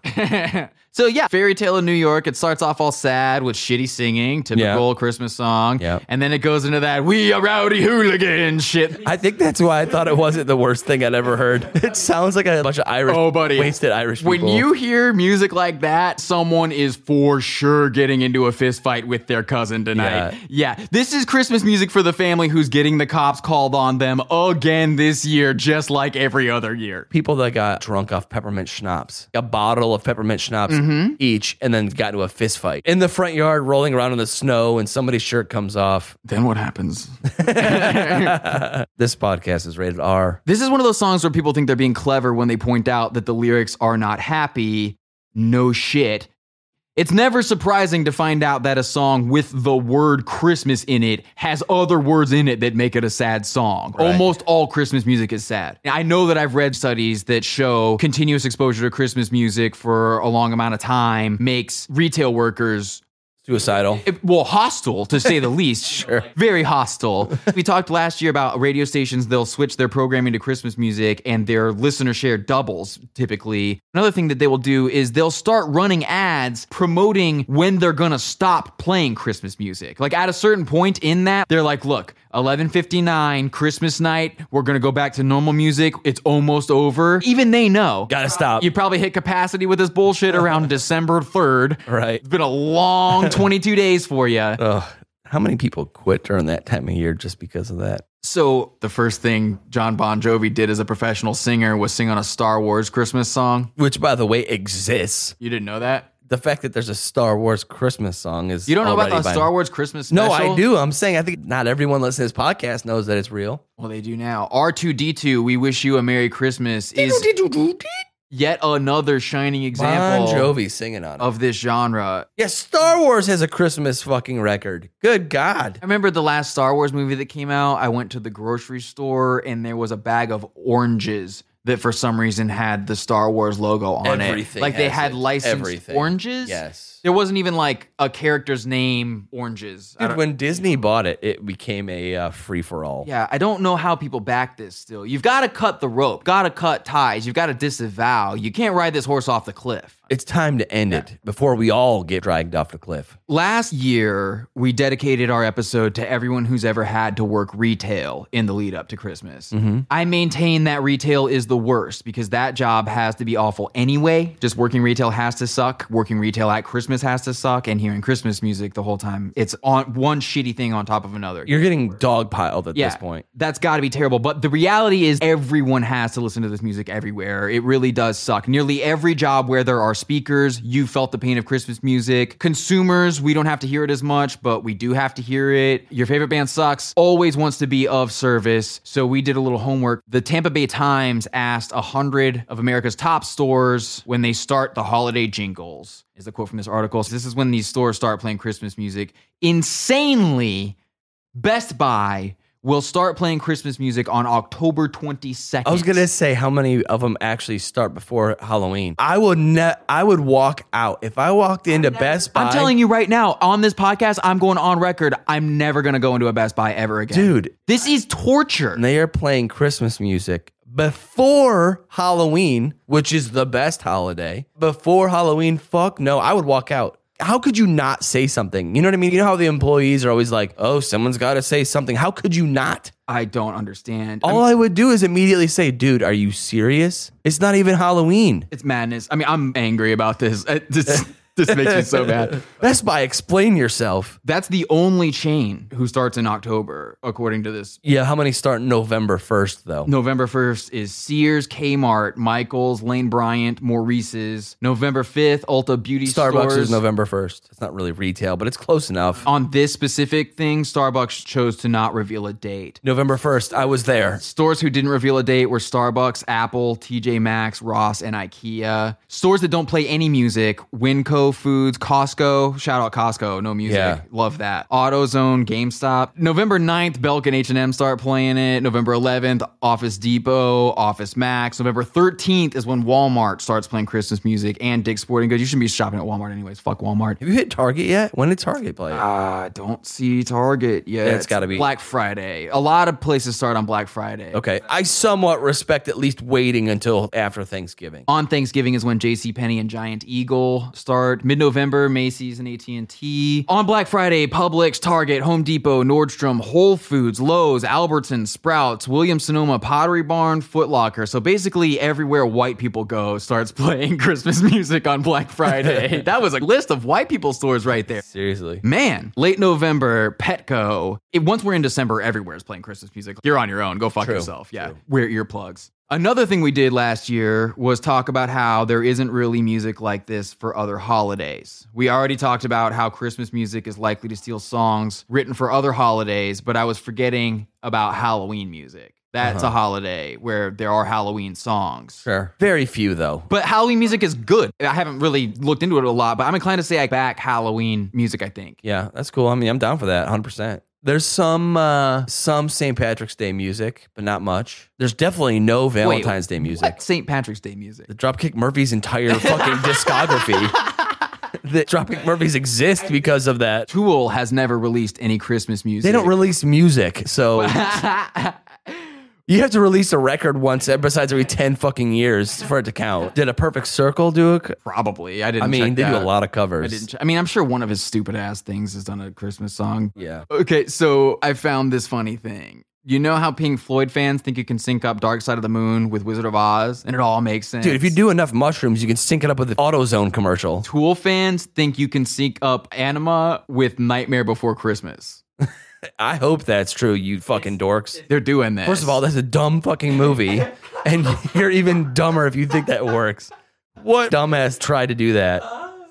Speaker 2: so yeah, Fairy Tale of New York. It starts off all sad with shitty singing, typical Christmas song,
Speaker 1: Yeah.
Speaker 2: and then it goes into that "We are rowdy hooligans" shit.
Speaker 1: I think that's why I thought it wasn't the worst thing I'd ever heard. It sounds like a bunch of Irish,
Speaker 2: Oh, buddy.
Speaker 1: wasted Irish people.
Speaker 2: When you hear music like that, someone is for sure getting into a fist fight with their cousin tonight. Yeah. This is Christmas music for the family who's getting the cops called on them again this year, just like every other year.
Speaker 1: people that got drunk off peppermint schnapps, a bottle of peppermint schnapps
Speaker 2: Mm-hmm.
Speaker 1: each, and then got into a fist fight in the front yard, rolling around in the snow, and somebody's shirt comes off.
Speaker 2: Then what happens?
Speaker 1: This podcast is rated R.
Speaker 2: This is one of those songs where people think they're being clever when they point out that the lyrics are not happy. No shit. It's never surprising to find out that a song with the word Christmas in it has other words in it that make it a sad song. Almost all Christmas music is sad. And I know that I've read studies that show continuous exposure to Christmas music for a long amount of time makes retail workers
Speaker 1: Suicidal.
Speaker 2: it- well, hostile to say the least. sure. Very hostile. we talked last year about radio stations, they'll switch their programming to Christmas music and their listener share doubles typically. Another thing that they will do is they'll start running ads promoting when they're going to stop playing Christmas music. Like at a certain point in that, they're like, look, 11:59 Christmas night, we're going to go back to normal music. It's almost over. Even they know.
Speaker 1: Gotta stop.
Speaker 2: You probably hit capacity with this bullshit around December 3rd.
Speaker 1: Right.
Speaker 2: It's been a long 22 days for you.
Speaker 1: Ugh. How many people quit during that time of year just because of that?
Speaker 2: So, the first thing John Bon Jovi did as a professional singer was sing on a Star Wars Christmas song.
Speaker 1: Which, by the way, exists.
Speaker 2: You didn't know that?
Speaker 1: The fact that there's a Star Wars Christmas song is
Speaker 2: You don't know about
Speaker 1: already
Speaker 2: the
Speaker 1: by-
Speaker 2: Star Wars Christmas
Speaker 1: No,
Speaker 2: special?
Speaker 1: I do. I'm saying I think not everyone listening to this podcast knows that it's real.
Speaker 2: Well, they do now. R2D2, We Wish You a Merry Christmas, is yet another shining
Speaker 1: Bon
Speaker 2: example
Speaker 1: Jovi singing on it.
Speaker 2: of this genre.
Speaker 1: Yes, Star Wars has a Christmas fucking record. Good God.
Speaker 2: I remember the last Star Wars movie that came out. I went to the grocery store and there was a bag of oranges that for some reason had the Star Wars logo on
Speaker 1: Everything
Speaker 2: it. Like they
Speaker 1: has
Speaker 2: had
Speaker 1: it.
Speaker 2: licensed
Speaker 1: Everything.
Speaker 2: oranges.
Speaker 1: Yes.
Speaker 2: There wasn't even like a character's name oranges. I
Speaker 1: Dude,
Speaker 2: don't-
Speaker 1: when Disney bought it, it became a uh, free for all.
Speaker 2: yeah, I don't know how people back this still. You've got to cut the rope, got to cut ties, you've got to disavow. You can't ride this horse off the cliff.
Speaker 1: It's time to end it before we all get dragged off the cliff.
Speaker 2: Last year, we dedicated our episode to everyone who's ever had to work retail in the lead up to Christmas. I maintain that retail is the the worst because that job has to be awful anyway. Just working retail has to suck. Working retail at Christmas has to suck. And hearing Christmas music the whole time, it's on one shitty thing on top of another.
Speaker 1: You're getting dogpiled at
Speaker 2: Yeah,
Speaker 1: this point.
Speaker 2: That's got to be terrible. But the reality is, everyone has to listen to this music everywhere. It really does suck. Nearly every job where there are speakers, you felt the pain of Christmas music. Consumers, we don't have to hear it as much, but we do have to hear it. Your favorite band sucks, always wants to be of service. So we did a little homework. The Tampa Bay Times asked 100 of America's top stores when they start the holiday jingles. Is the quote from this article. this is when these stores start playing Christmas music. Insanely Best Buy will start playing Christmas music on October 22nd.
Speaker 1: I was gonna say how many of them actually start before Halloween. I would ne- I would walk out if I walked into Best Buy.
Speaker 2: I'm telling you right now, on this podcast, I'm going on record. I'm never going to go into a Best Buy ever again.
Speaker 1: dude,
Speaker 2: This is torture.
Speaker 1: they are playing Christmas music before Halloween, which is the best holiday. Before Halloween, fuck no, I would walk out. How could you not say something? You know what I mean? You know how the employees are always like, "Oh, someone's got to say something." How could you not?
Speaker 2: I don't understand. I
Speaker 1: All
Speaker 2: mean,
Speaker 1: I would do is immediately say, "Dude, are you serious? It's not even Halloween."
Speaker 2: it's madness. I mean, I'm angry about this. Uh, This, this makes me so bad.
Speaker 1: Best Buy, explain yourself.
Speaker 2: That's the only chain who starts in October, according to this
Speaker 1: Yeah, how many start November 1st though?
Speaker 2: November 1st is Sears, Kmart, Michaels, Lane Bryant, Maurice's. November 5th, Ulta Beauty
Speaker 1: Starbucks
Speaker 2: Stores.
Speaker 1: is November 1st. It's not really retail, but it's close enough.
Speaker 2: On this specific thing, Starbucks chose to not reveal a date.
Speaker 1: November 1st, I was there.
Speaker 2: Stores who didn't reveal a date were Starbucks, Apple, TJ Maxx, Ross, and IKEA. Stores that don't play any music, Winco Foods, Costco, shout out Costco, no music.
Speaker 1: Yeah.
Speaker 2: Love that. AutoZone, GameStop. November 9th, Belk and H&M start playing it. November 11th, Office Depot, Office Max. November 13th is when Walmart starts playing Christmas music and Dick's Sporting Goods. You shouldn't be shopping at Walmart anyways. Fuck Walmart.
Speaker 1: Have you hit Target yet? When did Target play?
Speaker 2: I don't see Target yet.
Speaker 1: Yeah, it's gotta be-
Speaker 2: Black Friday. A lot of places start on Black Friday.
Speaker 1: okay. I somewhat respect at least waiting until after Thanksgiving.
Speaker 2: On Thanksgiving is when JCPenney and Giant Eagle start. Mid-November, Macy's and AT&T. On Black Friday, Publix, Target, Home Depot, Nordstrom, Whole Foods, Lowe's, Albertsons, Sprouts, Williams-Sonoma, Pottery Barn, Foot Locker. So basically everywhere white people go starts playing Christmas music on Black Friday. that was a list of white people stores right there.
Speaker 1: Seriously.
Speaker 2: Man, late November, Petco. It, once we're in December, everywhere is playing Christmas music. You're on your own. Go fuck
Speaker 1: True,
Speaker 2: yourself. Yeah.
Speaker 1: true.
Speaker 2: Wear earplugs. Another thing we did last year was talk about how there isn't really music like this for other holidays. We already talked about how Christmas music is likely to steal songs written for other holidays, but I was forgetting about Halloween music. That's a holiday where there are Halloween songs.
Speaker 1: Uh-huh. Sure. Very few though.
Speaker 2: But Halloween music is good. I haven't really looked into it a lot, but I'm inclined to say I back Halloween music, I think.
Speaker 1: Yeah, that's cool. I mean, I'm down for that 100%. There's some uh some St. Patrick's Day music, but not much. There's definitely no Valentine's Day music.
Speaker 2: St. Patrick's Day music.
Speaker 1: The Dropkick Murphys entire fucking discography. the Dropkick Murphys exist because of that.
Speaker 2: Tool has never released any Christmas music.
Speaker 1: They don't release music, so you have to release a record once. eh, Besides every ten fucking years for it to count. Did a perfect circle do a? co-
Speaker 2: Probably. I didn't.
Speaker 1: I mean,
Speaker 2: check
Speaker 1: they do
Speaker 2: that.
Speaker 1: a lot of
Speaker 2: I
Speaker 1: covers.
Speaker 2: didn't. Check. I mean, I'm sure one of his stupid ass things has done a Christmas song.
Speaker 1: yeah,
Speaker 2: Okay, so I found this funny thing. You know how Pink Floyd fans think you can sync up Dark Side of the Moon with Wizard of Oz, and it all makes sense.
Speaker 1: dude. If you do enough mushrooms, you can sync it up with the AutoZone commercial.
Speaker 2: Tool fans think you can sync up Anima with Nightmare Before Christmas.
Speaker 1: I hope that's true. You fucking dorks.
Speaker 2: They're doing this.
Speaker 1: First of all, that's a dumb fucking movie, and you're even dumber if you think that works. What dumbass tried to do that?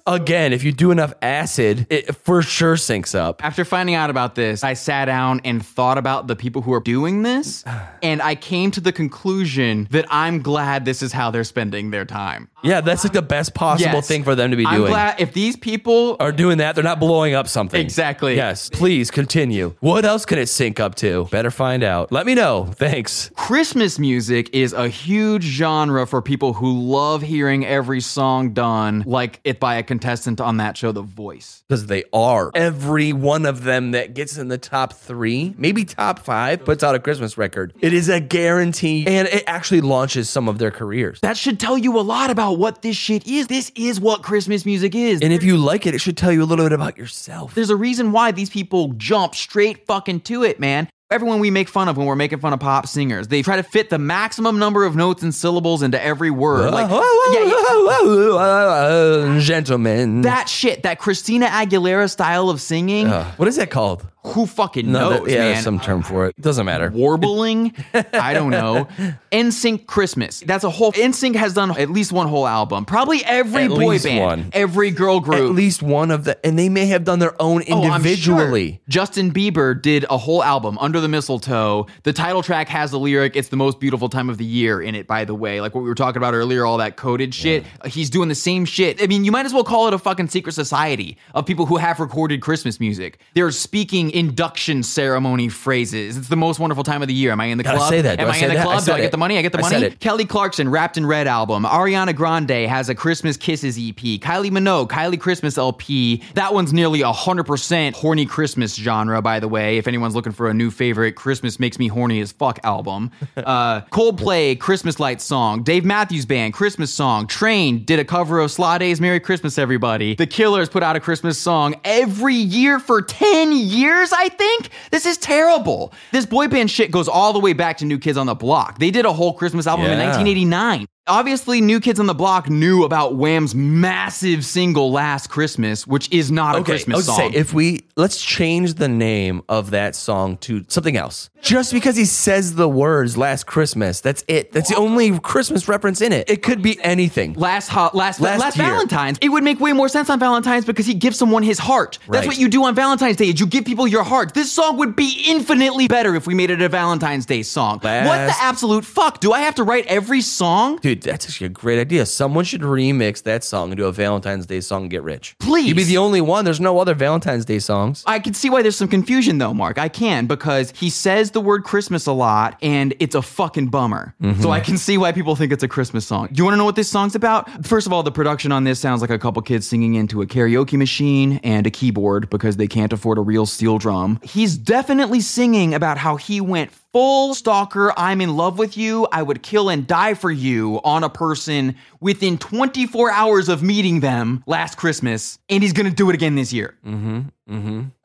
Speaker 1: Again, if you do enough acid, it for sure syncs up.
Speaker 2: After finding out about this, I sat down and thought about the people who are doing this, and I came to the conclusion that I'm glad this is how they're spending their time.
Speaker 1: Yeah, that's like the best possible
Speaker 2: Yes.
Speaker 1: thing for them to be
Speaker 2: I'm
Speaker 1: doing.
Speaker 2: glad if these people
Speaker 1: are doing that, they're not blowing up something.
Speaker 2: Exactly.
Speaker 1: Yes. Please continue. What else can it sync up to? Better find out. Let me know. Thanks.
Speaker 2: Christmas music is a huge genre for people who love hearing every song done like it by a contestant on that show The Voice.
Speaker 1: Because they are. Every one of them that gets in the top three, maybe top five, puts out a Christmas record. It is a guarantee. And it actually launches some of their careers.
Speaker 2: That should tell you a lot about what this shit is. This is what Christmas music is.
Speaker 1: And if you like it, it should tell you a little bit about yourself.
Speaker 2: There's a reason why these people jump straight fucking to it, man. everyone we make fun of when we're making fun of pop singers. They try to fit the maximum number of notes and syllables into every word. Like
Speaker 1: Uh-huh. Gentlemen.
Speaker 2: that shit, that Christina Aguilera style of singing.
Speaker 1: Ugh, what is that called?
Speaker 2: Who fucking knows,
Speaker 1: that- Uh-huh. yeah,
Speaker 2: man?
Speaker 1: there's some term for it. Doesn't matter.
Speaker 2: warbling. I don't know. NSYNC Christmas. That's a whole. NSYNC has done at least one whole album. Probably every
Speaker 1: At
Speaker 2: boy
Speaker 1: least
Speaker 2: band,
Speaker 1: one.
Speaker 2: every girl
Speaker 1: At
Speaker 2: group.
Speaker 1: least one of the, and they may have done their own
Speaker 2: Oh, I'm
Speaker 1: individually.
Speaker 2: sure. Justin Bieber did a whole album, Under the Mistletoe. The title track has the lyric, It's the most beautiful time of the year in it, by the way. Like what we were talking about earlier, all that coded shit. He's doing the same shit. I mean, you might as well call it a fucking secret society of people who have recorded Christmas music. They're speaking induction ceremony phrases. It's the most wonderful time of the year. Am I in the
Speaker 1: Gotta
Speaker 2: club?
Speaker 1: say that. Do
Speaker 2: Am
Speaker 1: I
Speaker 2: I,
Speaker 1: say
Speaker 2: in the
Speaker 1: that? I
Speaker 2: club? Do
Speaker 1: said
Speaker 2: I get
Speaker 1: it.
Speaker 2: the money? I get the
Speaker 1: I
Speaker 2: money?
Speaker 1: said it.
Speaker 2: Kelly Clarkson, Wrapped in Red album. Ariana Grande has a Christmas Kisses EP. Kylie Minogue, Kylie Christmas LP. That one's nearly 100% horny Christmas genre, by the way. If anyone's looking for a new favorite, Christmas Makes Me Horny as Fuck album. Uh, Coldplay, Christmas Light song. Dave Matthews Band, Christmas song. Train did a cover of Slade's Merry Christmas, Everybody. The Killers put out a Christmas song every year for 10 years, I think. This is terrible. This boy band shit goes all the way back to New Kids on the Block. They did a whole Christmas album in
Speaker 1: Yeah.
Speaker 2: 1980. 1989. Obviously, New Kids on the Block knew about Wham's massive single Last Christmas, which is not a
Speaker 1: Okay, I
Speaker 2: Christmas
Speaker 1: would say
Speaker 2: song.
Speaker 1: if we let's change the name of that song to something else. Just because he says the words "Last Christmas," that's it. That's the only Christmas reference in it. It could be anything.
Speaker 2: last ho- last last,
Speaker 1: Last year.
Speaker 2: Valentine's, it would make way more sense on Valentine's because he gives someone his heart. That's
Speaker 1: Right.
Speaker 2: what you do on Valentine's Day. Is you give people your heart. This song would be infinitely better if we made it a Valentine's Day song. what the
Speaker 1: Last-
Speaker 2: absolute fuck? Do I have to write every song?
Speaker 1: Dude, that's actually a great idea. Someone should remix that song into a Valentine's Day song and get rich.
Speaker 2: Please.
Speaker 1: You'd be the only one. There's no other Valentine's Day songs.
Speaker 2: I can see why there's some confusion though, Mark. I can because he says the word Christmas a lot and it's a fucking bummer. So I can see why people think it's a Christmas song. Do you want to know what this song's about? First of all, the production on this sounds like a couple kids singing into a karaoke machine and a keyboard because they can't afford a real steel drum. He's definitely singing about how he went full stalker, I'm in love with you, I would kill and die for you on a person within 24 hours of meeting them last Christmas, and he's gonna do it again this year.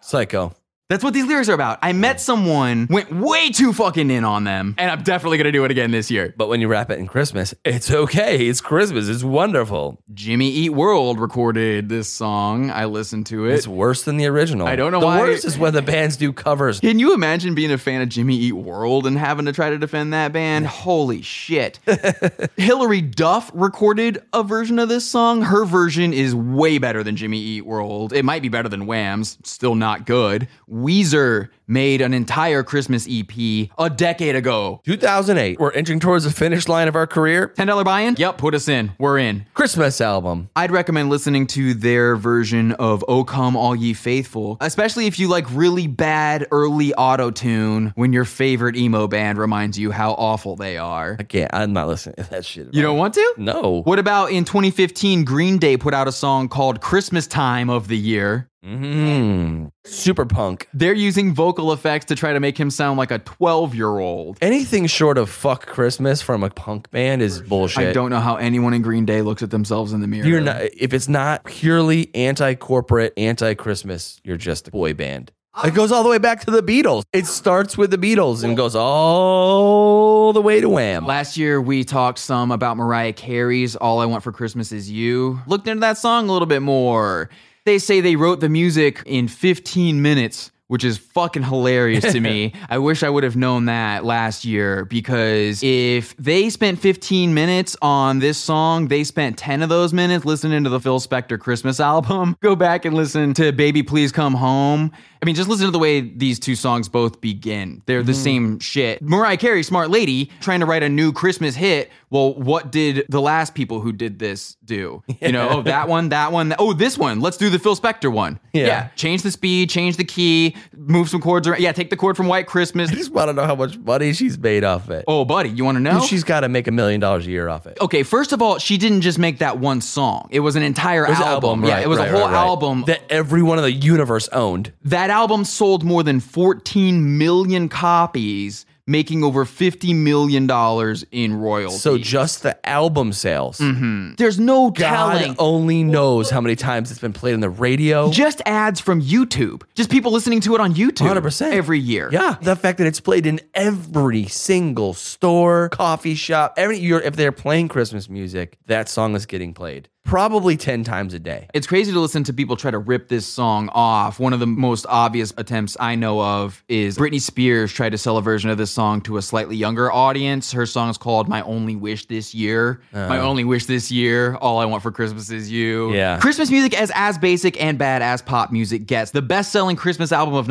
Speaker 1: Psycho.
Speaker 2: That's what these lyrics are about. I met someone, went way too fucking in on them, and I'm definitely gonna do it again this year.
Speaker 1: But when you wrap it in Christmas, it's okay. It's Christmas. It's wonderful.
Speaker 2: Jimmy Eat World recorded this song. I listened to it.
Speaker 1: It's worse than the original.
Speaker 2: I don't know
Speaker 1: the
Speaker 2: why-
Speaker 1: worst is when the bands do covers.
Speaker 2: Can you imagine being a fan of Jimmy Eat World and having to try to defend that band? Holy shit. Hillary Duff recorded a version of this song. Her version is way better than Jimmy Eat World. It might be better than Wham's, still not good. Weezer made an entire Christmas EP a decade ago.
Speaker 1: 2008. We're inching towards the finish line of our career.
Speaker 2: $10 buy in? Yep, put us in. We're in.
Speaker 1: Christmas album.
Speaker 2: I'd recommend listening to their version of O Come All Ye Faithful, especially if you like really bad early auto tune when your favorite emo band reminds you how awful they are.
Speaker 1: I can't. I'm not listening to that shit.
Speaker 2: You don't want to?
Speaker 1: No.
Speaker 2: What about in 2015, Green Day put out a song called Christmas Time of the Year?
Speaker 1: Mm, super punk.
Speaker 2: They're using vocal effects to try to make him sound like a 12 year old.
Speaker 1: Anything short of fuck Christmas from a punk band is bullshit.
Speaker 2: I don't know how anyone in Green Day looks at themselves in the mirror.
Speaker 1: You're not. If it's not purely anti-corporate, anti-Christmas, you're just a boy band. It goes all the way back to the Beatles. It starts with the Beatles and goes all the way to Wham.
Speaker 2: Last year, we talked some about Mariah Carey's All I Want for Christmas Is You. Looked into that song a little bit more. They say they wrote the music in 15 minutes, which is fucking hilarious to me. I wish I would have known that last year because if they spent 15 minutes on this song, they spent 10 of those minutes listening to the Phil Spector Christmas album. Go back and listen to Baby Please Come Home. I mean, just listen to the way these two songs both begin. They're
Speaker 1: Mm-hmm.
Speaker 2: the same shit. Mariah Carey, smart lady, trying to write a new Christmas hit. Well, what did the last people who did this do? You know, oh, that one, that one, that- oh, this one. Let's do the Phil Spector one.
Speaker 1: Yeah.
Speaker 2: Change the speed, change the key, move some chords around. Yeah, take the chord from White Christmas.
Speaker 1: I just want to know how much money she's made off it.
Speaker 2: Oh, buddy, you want to know?
Speaker 1: She's got to make a million dollars a year off it.
Speaker 2: okay, first of all, she didn't just make that one song. It was an entire
Speaker 1: It was an
Speaker 2: album. Yeah,
Speaker 1: right,
Speaker 2: it was
Speaker 1: right,
Speaker 2: a whole
Speaker 1: right, right.
Speaker 2: album.
Speaker 1: that everyone in the universe owned.
Speaker 2: That album sold more than 14 million copies making over $50 million in royalties.
Speaker 1: So just the album sales.
Speaker 2: there's no
Speaker 1: God
Speaker 2: Mm-hmm. telling.
Speaker 1: only knows how many times it's been played on the radio.
Speaker 2: Just ads from YouTube. Just people listening to it on YouTube
Speaker 1: 100%.
Speaker 2: every year.
Speaker 1: Yeah, the fact that it's played in every single store, coffee shop, every year if they're playing Christmas music, that song is getting played probably 10 times a day.
Speaker 2: It's crazy to listen to people try to rip this song off. One of the most obvious attempts I know of is Britney Spears tried to sell a version of this song to a slightly younger audience. Her song is called My Only Wish This Year.
Speaker 1: Uh.
Speaker 2: My Only Wish This Year. All I Want for Christmas Is You.
Speaker 1: Yeah.
Speaker 2: Christmas music is as basic and bad as pop music gets. The best selling Christmas album of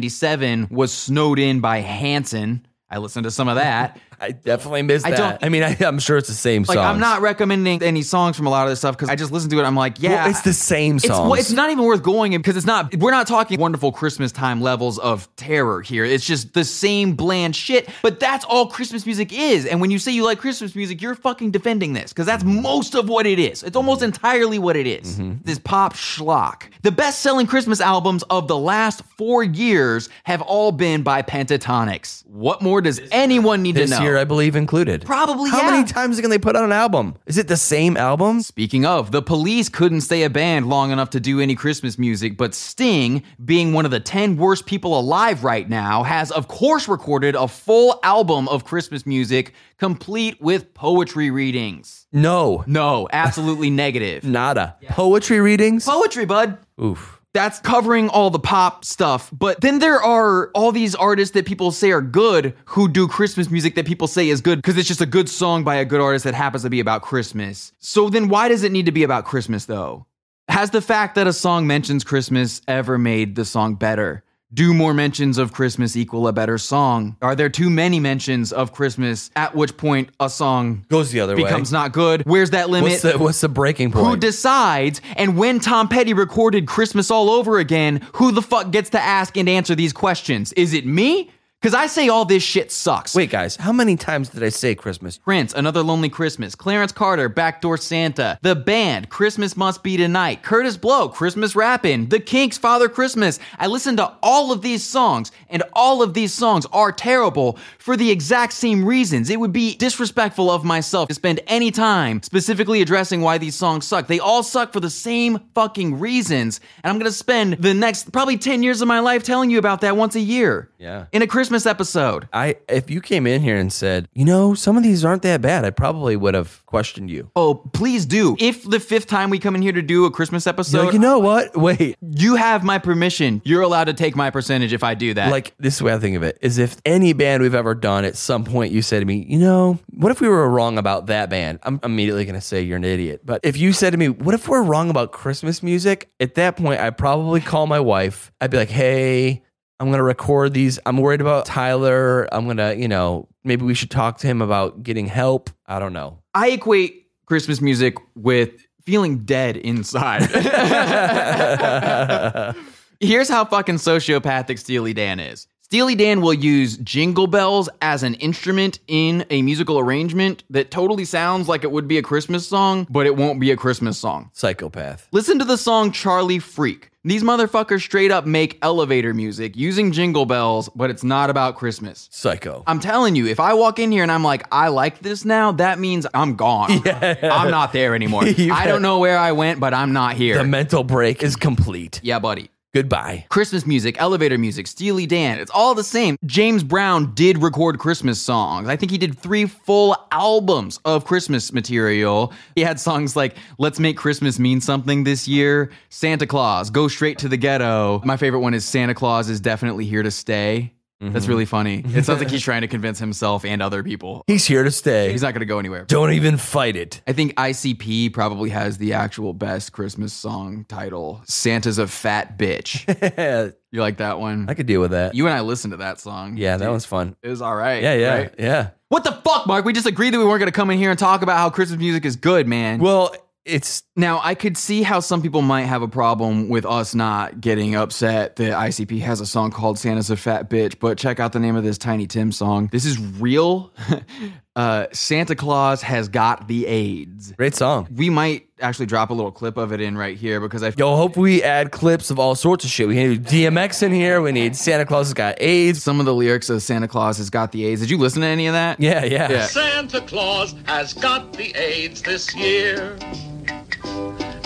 Speaker 2: 1997 was Snowed In by Hanson. I listened to some of that.
Speaker 1: I definitely miss
Speaker 2: I
Speaker 1: that.
Speaker 2: don't-
Speaker 1: I mean, I, I'm sure it's the same song.
Speaker 2: Like, I'm not recommending any songs from a lot of this stuff because I just listened to it. I'm like, yeah.
Speaker 1: Well, Oh, it's the same
Speaker 2: It's,
Speaker 1: song.
Speaker 2: well, it's not even worth going in because it's not. We're not talking wonderful Christmas time levels of terror here. It's just the same bland shit. But that's all Christmas music is. And when you say you like Christmas music, you're fucking defending this because that's
Speaker 1: Mm-hmm.
Speaker 2: most of what it is. It's almost entirely what it is. This pop schlock. The best-selling Christmas albums of the last four years have all been by Pentatonix. What more does anyone need
Speaker 1: this
Speaker 2: to know?
Speaker 1: year, I believe, included.
Speaker 2: Probably,
Speaker 1: How
Speaker 2: yeah.
Speaker 1: many times can they put out an album? Is it the same album?
Speaker 2: Speaking of, the police couldn't stay a band long enough to do any Christmas music, but Sting, being one of the 10 worst people alive right now, has of course recorded a full album of Christmas music complete with poetry readings.
Speaker 1: No,
Speaker 2: No, absolutely negative.
Speaker 1: nada. Poetry readings?
Speaker 2: Poetry, bud.
Speaker 1: Oof.
Speaker 2: That's covering all the pop stuff. But then there are all these artists that people say are good who do Christmas music that people say is good because it's just a good song by a good artist that happens to be about Christmas. So then why does it need to be about Christmas though? Has the fact that a song mentions Christmas ever made the song better? Do more mentions of Christmas equal a better song? Are there too many mentions of Christmas at which point a song
Speaker 1: Goes the other
Speaker 2: becomes
Speaker 1: way.
Speaker 2: not good? Where's that limit?
Speaker 1: What's the, what's the breaking point?
Speaker 2: Who decides? And when Tom Petty recorded Christmas all over again, who the fuck gets to ask and answer these questions? Is it me? Because I say all this shit sucks.
Speaker 1: Wait, guys, how many times did I say Christmas?
Speaker 2: Prince, Another Lonely Christmas, Clarence Carter, Backdoor Santa, The Band, Christmas Must Be Tonight, Curtis Blow, Christmas Rappin', The Kinks, Father Christmas. I listen to all of these songs, and all of these songs are terrible for the exact same reasons. It would be disrespectful of myself to spend any time specifically addressing why these songs suck. They all suck for the same fucking reasons, and I'm gonna spend the next probably 10 years of my life telling you about that once a year.
Speaker 1: Yeah.
Speaker 2: In a Christmas episode.
Speaker 1: I if you came in here and said, you know, some of these aren't that bad, I probably would have questioned you.
Speaker 2: Oh, please do. If the fifth time we come in here to do a Christmas
Speaker 1: So
Speaker 2: episode,
Speaker 1: you know what? Wait.
Speaker 2: you have my permission. You're allowed to take my percentage if I do that.
Speaker 1: Like this is the way I think of it is if any band we've ever done at some point you said to me, you know, what if we were wrong about that band? I'm immediately gonna say you're an idiot. But if you said to me, what if we're wrong about Christmas music? At that point, I'd probably call my wife. I'd be like, hey, I'm gonna record these. I'm worried about Tyler. I'm gonna, you know, maybe we should talk to him about getting help. I don't know.
Speaker 2: I equate Christmas music with feeling dead inside. Here's how fucking sociopathic Steely Dan is. Steely Dan will use jingle bells as an instrument in a musical arrangement that totally sounds like it would be a Christmas song, but it won't be a Christmas song.
Speaker 1: Psychopath.
Speaker 2: Listen to the song Charlie Freak. These motherfuckers straight up make elevator music using jingle bells, but it's not about Christmas.
Speaker 1: Psycho.
Speaker 2: I'm telling you, if I walk in here and I'm like, I like this now, that means I'm gone. I'm not there anymore.
Speaker 1: You
Speaker 2: I don't know where I went, but I'm not here.
Speaker 1: The mental break is complete.
Speaker 2: yeah, buddy.
Speaker 1: Goodbye.
Speaker 2: Christmas music, elevator music, Steely Dan, it's all the same. James Brown did record Christmas songs. I think he did three full albums of Christmas material. He had songs like Let's Make Christmas Mean Something This Year, Santa Claus, Go Straight to the Ghetto. My favorite one is Santa Claus is Definitely Here to Stay. That's really funny. It sounds like he's trying to convince himself and other people.
Speaker 1: He's here to stay.
Speaker 2: He's not going to go anywhere.
Speaker 1: Don't even fight it.
Speaker 2: I think ICP probably has the actual best Christmas song title Santa's a Fat Bitch.
Speaker 1: I
Speaker 2: You like that one?
Speaker 1: could deal with that.
Speaker 2: You and I listened to that song.
Speaker 1: Yeah, that
Speaker 2: Dude,
Speaker 1: one's fun.
Speaker 2: It was all right.
Speaker 1: Yeah, yeah,
Speaker 2: right?
Speaker 1: yeah.
Speaker 2: What the fuck, Mark? We just agreed that we weren't going to come in here and talk about how Christmas music is good, man.
Speaker 1: Well, it's
Speaker 2: now, I could see how some people might have a problem with us not getting upset that ICP has a song called Santa's a Fat Bitch, but check out the name of this Tiny Tim song. This is real. uh, Santa Claus has got the AIDS.
Speaker 1: Great song.
Speaker 2: We might actually drop a little clip of it in right here because I
Speaker 1: Yo, hope we add clips of all sorts of shit. We need DMX in here. We need Santa Claus has got AIDS.
Speaker 2: some of the lyrics of Santa Claus has got the AIDS. Did you listen to any of that?
Speaker 1: Yeah, yeah.
Speaker 2: Yeah.
Speaker 6: Santa Claus has got the AIDS this year.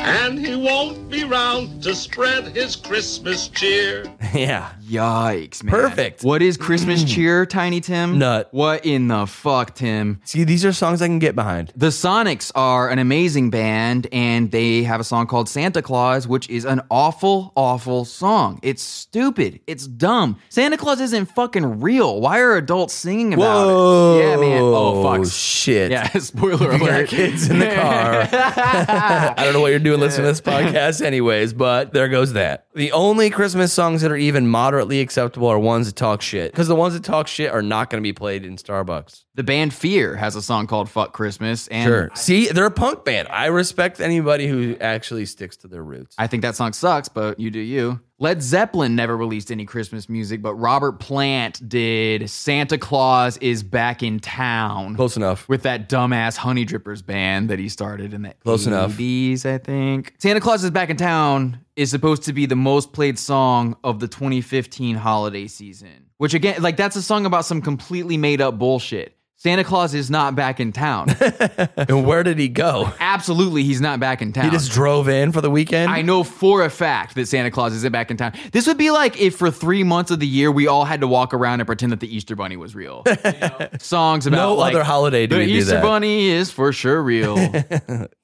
Speaker 6: And he won't be round to spread his Christmas cheer.
Speaker 1: Yeah.
Speaker 2: Yikes, man.
Speaker 1: Perfect. Mm.
Speaker 2: What is Christmas cheer, Tiny Tim?
Speaker 1: Nut.
Speaker 2: What in the fuck, Tim?
Speaker 1: See, these are songs I can get behind.
Speaker 2: The Sonics are an amazing band, and they have a song called Santa Claus, which is an awful, awful song. It's stupid. It's dumb. Santa Claus isn't fucking real. Why are adults singing about
Speaker 1: Whoa.
Speaker 2: it? Yeah, man. Oh, fuck.
Speaker 1: Shit.
Speaker 2: Yeah, spoiler
Speaker 1: We got
Speaker 2: alert.
Speaker 1: kids in the car. I don't know what you're doing listening to this podcast, anyways, but there goes that. The only Christmas songs that are even moderately acceptable are ones that talk shit, because the ones that talk shit are not going to be played in Starbucks.
Speaker 2: The band Fear has a song called Fuck Christmas, and
Speaker 1: Sure. See, they're a punk band. I respect anybody who actually sticks to their roots.
Speaker 2: I think that song sucks, but you do you. Led Zeppelin never released any Christmas music, but Robert Plant did Santa Claus is Back in Town
Speaker 1: Close enough.
Speaker 2: with that dumbass Honey Drippers band that he started in the
Speaker 1: Close enough.
Speaker 2: 80s, I think. Santa Claus is Back in Town is supposed to be the most played song of the 2015 holiday season, which again, like that's a song about some completely made up bullshit. Santa Claus is not back in town.
Speaker 1: And where did he go?
Speaker 2: Absolutely, he's not back in town.
Speaker 1: He just drove in for the weekend.
Speaker 2: I know for a fact that Santa Claus isn't back in town. This would be like if for three months of the year we all had to walk around and pretend that the Easter Bunny was real. You know? Songs about
Speaker 1: No
Speaker 2: like,
Speaker 1: other holiday do
Speaker 2: The
Speaker 1: we do
Speaker 2: Easter
Speaker 1: that.
Speaker 2: Bunny is for sure real.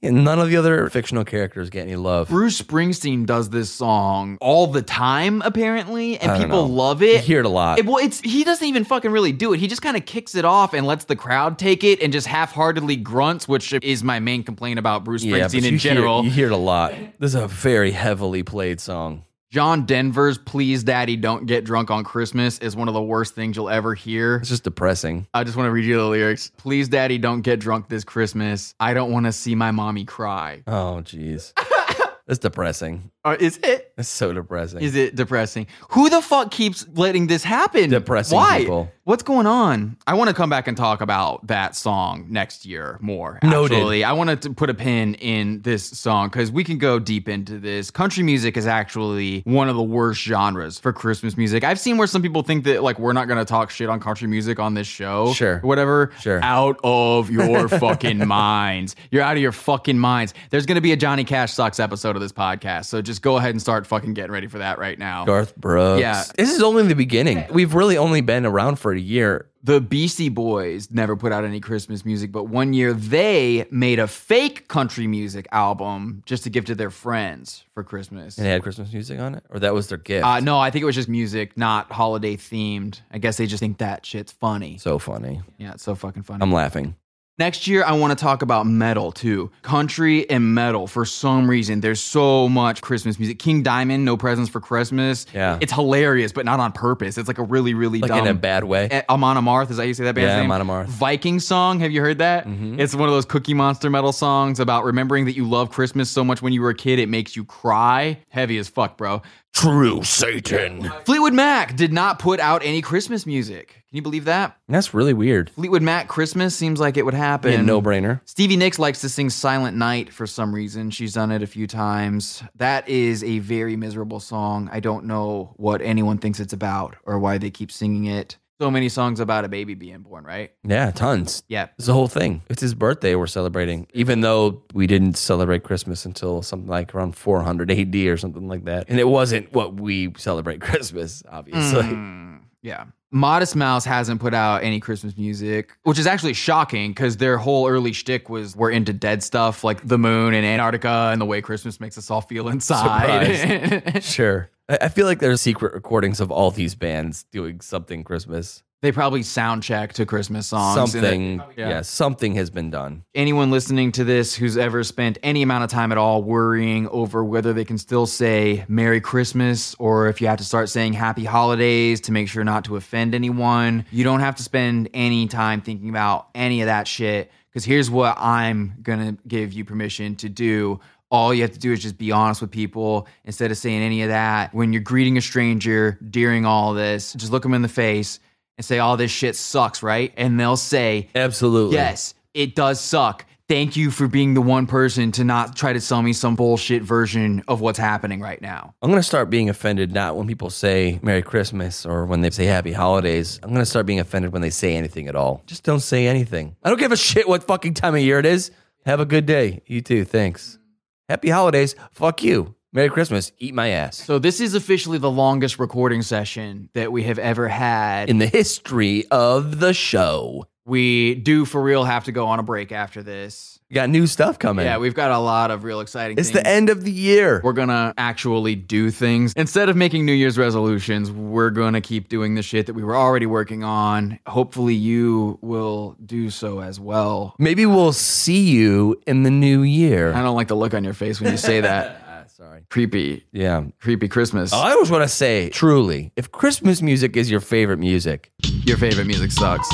Speaker 1: And none of the other fictional characters get any love.
Speaker 2: Bruce Springsteen does this song all the time, apparently, and
Speaker 1: I don't
Speaker 2: people
Speaker 1: know.
Speaker 2: love it.
Speaker 1: You hear it a lot.
Speaker 2: It- well, it's he doesn't even fucking really do it. He just kind of kicks it off and lets the crowd take it, and just half-heartedly grunts, which is my main complaint about Bruce
Speaker 1: Yeah, but
Speaker 2: Springsteen
Speaker 1: you
Speaker 2: in
Speaker 1: hear-
Speaker 2: general.
Speaker 1: you hear it a lot. This is a very heavily played song.
Speaker 2: John Denver's "Please, Daddy, Don't Get Drunk on Christmas" is one of the worst things you'll ever hear.
Speaker 1: It's just depressing.
Speaker 2: I just want to read you the lyrics. Please, Daddy, don't get drunk this Christmas. I don't want to see my mommy cry.
Speaker 1: Oh, jeez. It's depressing.
Speaker 2: Uh, is it?
Speaker 1: It's so depressing.
Speaker 2: Is it depressing? Who the fuck keeps letting this happen?
Speaker 1: Depressing
Speaker 2: Why?
Speaker 1: people.
Speaker 2: What's going on? I want to come back and talk about that song next year more.
Speaker 1: Noted.
Speaker 2: Actually, I want to put a pin in this song because we can go deep into this. Country music is actually one of the worst genres for Christmas music. I've seen where some people think that like we're not going to talk shit on country music on this show,
Speaker 1: Sure.
Speaker 2: or whatever.
Speaker 1: Sure.
Speaker 2: out of your fucking minds. You're out of your fucking minds. There's going to be a Johnny Cash sucks episode of this podcast, so just go ahead and start fucking getting ready for that right now.
Speaker 1: Garth Brooks.
Speaker 2: Yeah.
Speaker 1: This is only the beginning. We've really only been around for a year.
Speaker 2: the Beastie Boys never put out any Christmas music, but one year they made a fake country music album just to give to their friends for Christmas.
Speaker 1: And it had Christmas music on it? Or that was their gift?
Speaker 2: Uh, no, I think it was just music, not holiday themed. I guess they just think that shit's funny.
Speaker 1: So funny.
Speaker 2: Yeah, it's so fucking funny.
Speaker 1: I'm laughing.
Speaker 2: Next year, I want to talk about metal too. Country and metal. For some reason, there's so much Christmas music. King Diamond, No Presents for Christmas.
Speaker 1: Yeah.
Speaker 2: It's hilarious, but not on purpose. It's like a really, really
Speaker 1: Like
Speaker 2: dumb.
Speaker 1: in a bad way.
Speaker 2: Eh, Amon Amarth. Is that how you say that band's
Speaker 1: Yeah,
Speaker 2: name?
Speaker 1: Amon Amarth. Mm-hmm.
Speaker 2: Viking song. Have you heard that? It's one of those Cookie Monster metal songs about remembering that you love Christmas so much when you were a kid it makes you cry. Heavy as fuck, bro.
Speaker 1: True Satan.
Speaker 2: Fleetwood Mac did not put out any Christmas music. Can you believe that?
Speaker 1: That's really weird.
Speaker 2: Fleetwood Mac Christmas seems like it would happen.
Speaker 1: Yeah, no brainer.
Speaker 2: Stevie Nicks likes to sing Silent Night for some reason. She's done it a few times. That is a very miserable song. I don't know what anyone thinks it's about or why they keep singing it. So many songs about a baby being born, right?
Speaker 1: Yeah, tons.
Speaker 2: Yeah.
Speaker 1: It's the whole thing. It's his birthday we're celebrating, even though we didn't celebrate Christmas until something like around 400 AD or something like that. And it wasn't what we celebrate Christmas, obviously.
Speaker 2: Mm, yeah. Modest Mouse hasn't put out any Christmas music, which is actually shocking because their whole early shtick was we're into dead stuff like the moon and Antarctica and the way Christmas makes us all feel inside.
Speaker 1: Sure. I I feel like there's secret recordings of all these bands doing something Christmas.
Speaker 2: they probably sound check to Christmas songs. and it-
Speaker 1: something, yeah. something has been done.
Speaker 2: anyone listening to this who's ever spent any amount of time at all worrying over whether they can still say Merry Christmas or if you have to start saying Happy Holidays to make sure not to offend anyone, you don't have to spend any time thinking about any of that shit. Because here's what I'm going to give you permission to do. All you have to do is just be honest with people instead of saying any of that. When you're greeting a stranger during all this, just look them in the face and say, "All this shit sucks," right? And they'll say,
Speaker 1: Absolutely.
Speaker 2: Yes, it does suck. Thank you for being the one person to not try to sell me some bullshit version of what's happening right now.
Speaker 1: I'm going to start being offended not when people say Merry Christmas or when they say Happy Holidays. I'm going to start being offended when they say anything at all. Just don't say anything. I don't give a shit what fucking time of year it is. Have a good day. You too. Thanks. Happy Holidays. Fuck you. Merry Christmas. Eat my ass.
Speaker 2: So this is officially the longest recording session that we have ever had.
Speaker 1: In the history of the show,
Speaker 2: we do for real have to go on a break after this.
Speaker 1: we got new stuff coming.
Speaker 2: Yeah, we've got a lot of real exciting
Speaker 1: it's
Speaker 2: things.
Speaker 1: the end of the year.
Speaker 2: We're gonna actually do things. Instead of making New Year's resolutions, we're gonna keep doing the shit that we were already working on. Hopefully you will do so as well.
Speaker 1: Maybe we'll see you in the new
Speaker 2: I
Speaker 1: year.
Speaker 2: don't like the look on your face when you say that.
Speaker 1: Sorry. Uh,
Speaker 2: creepy,
Speaker 1: Yeah.
Speaker 2: creepy Christmas.
Speaker 1: I always want to say, truly, if Christmas music is your favorite music,
Speaker 2: Your favorite music sucks.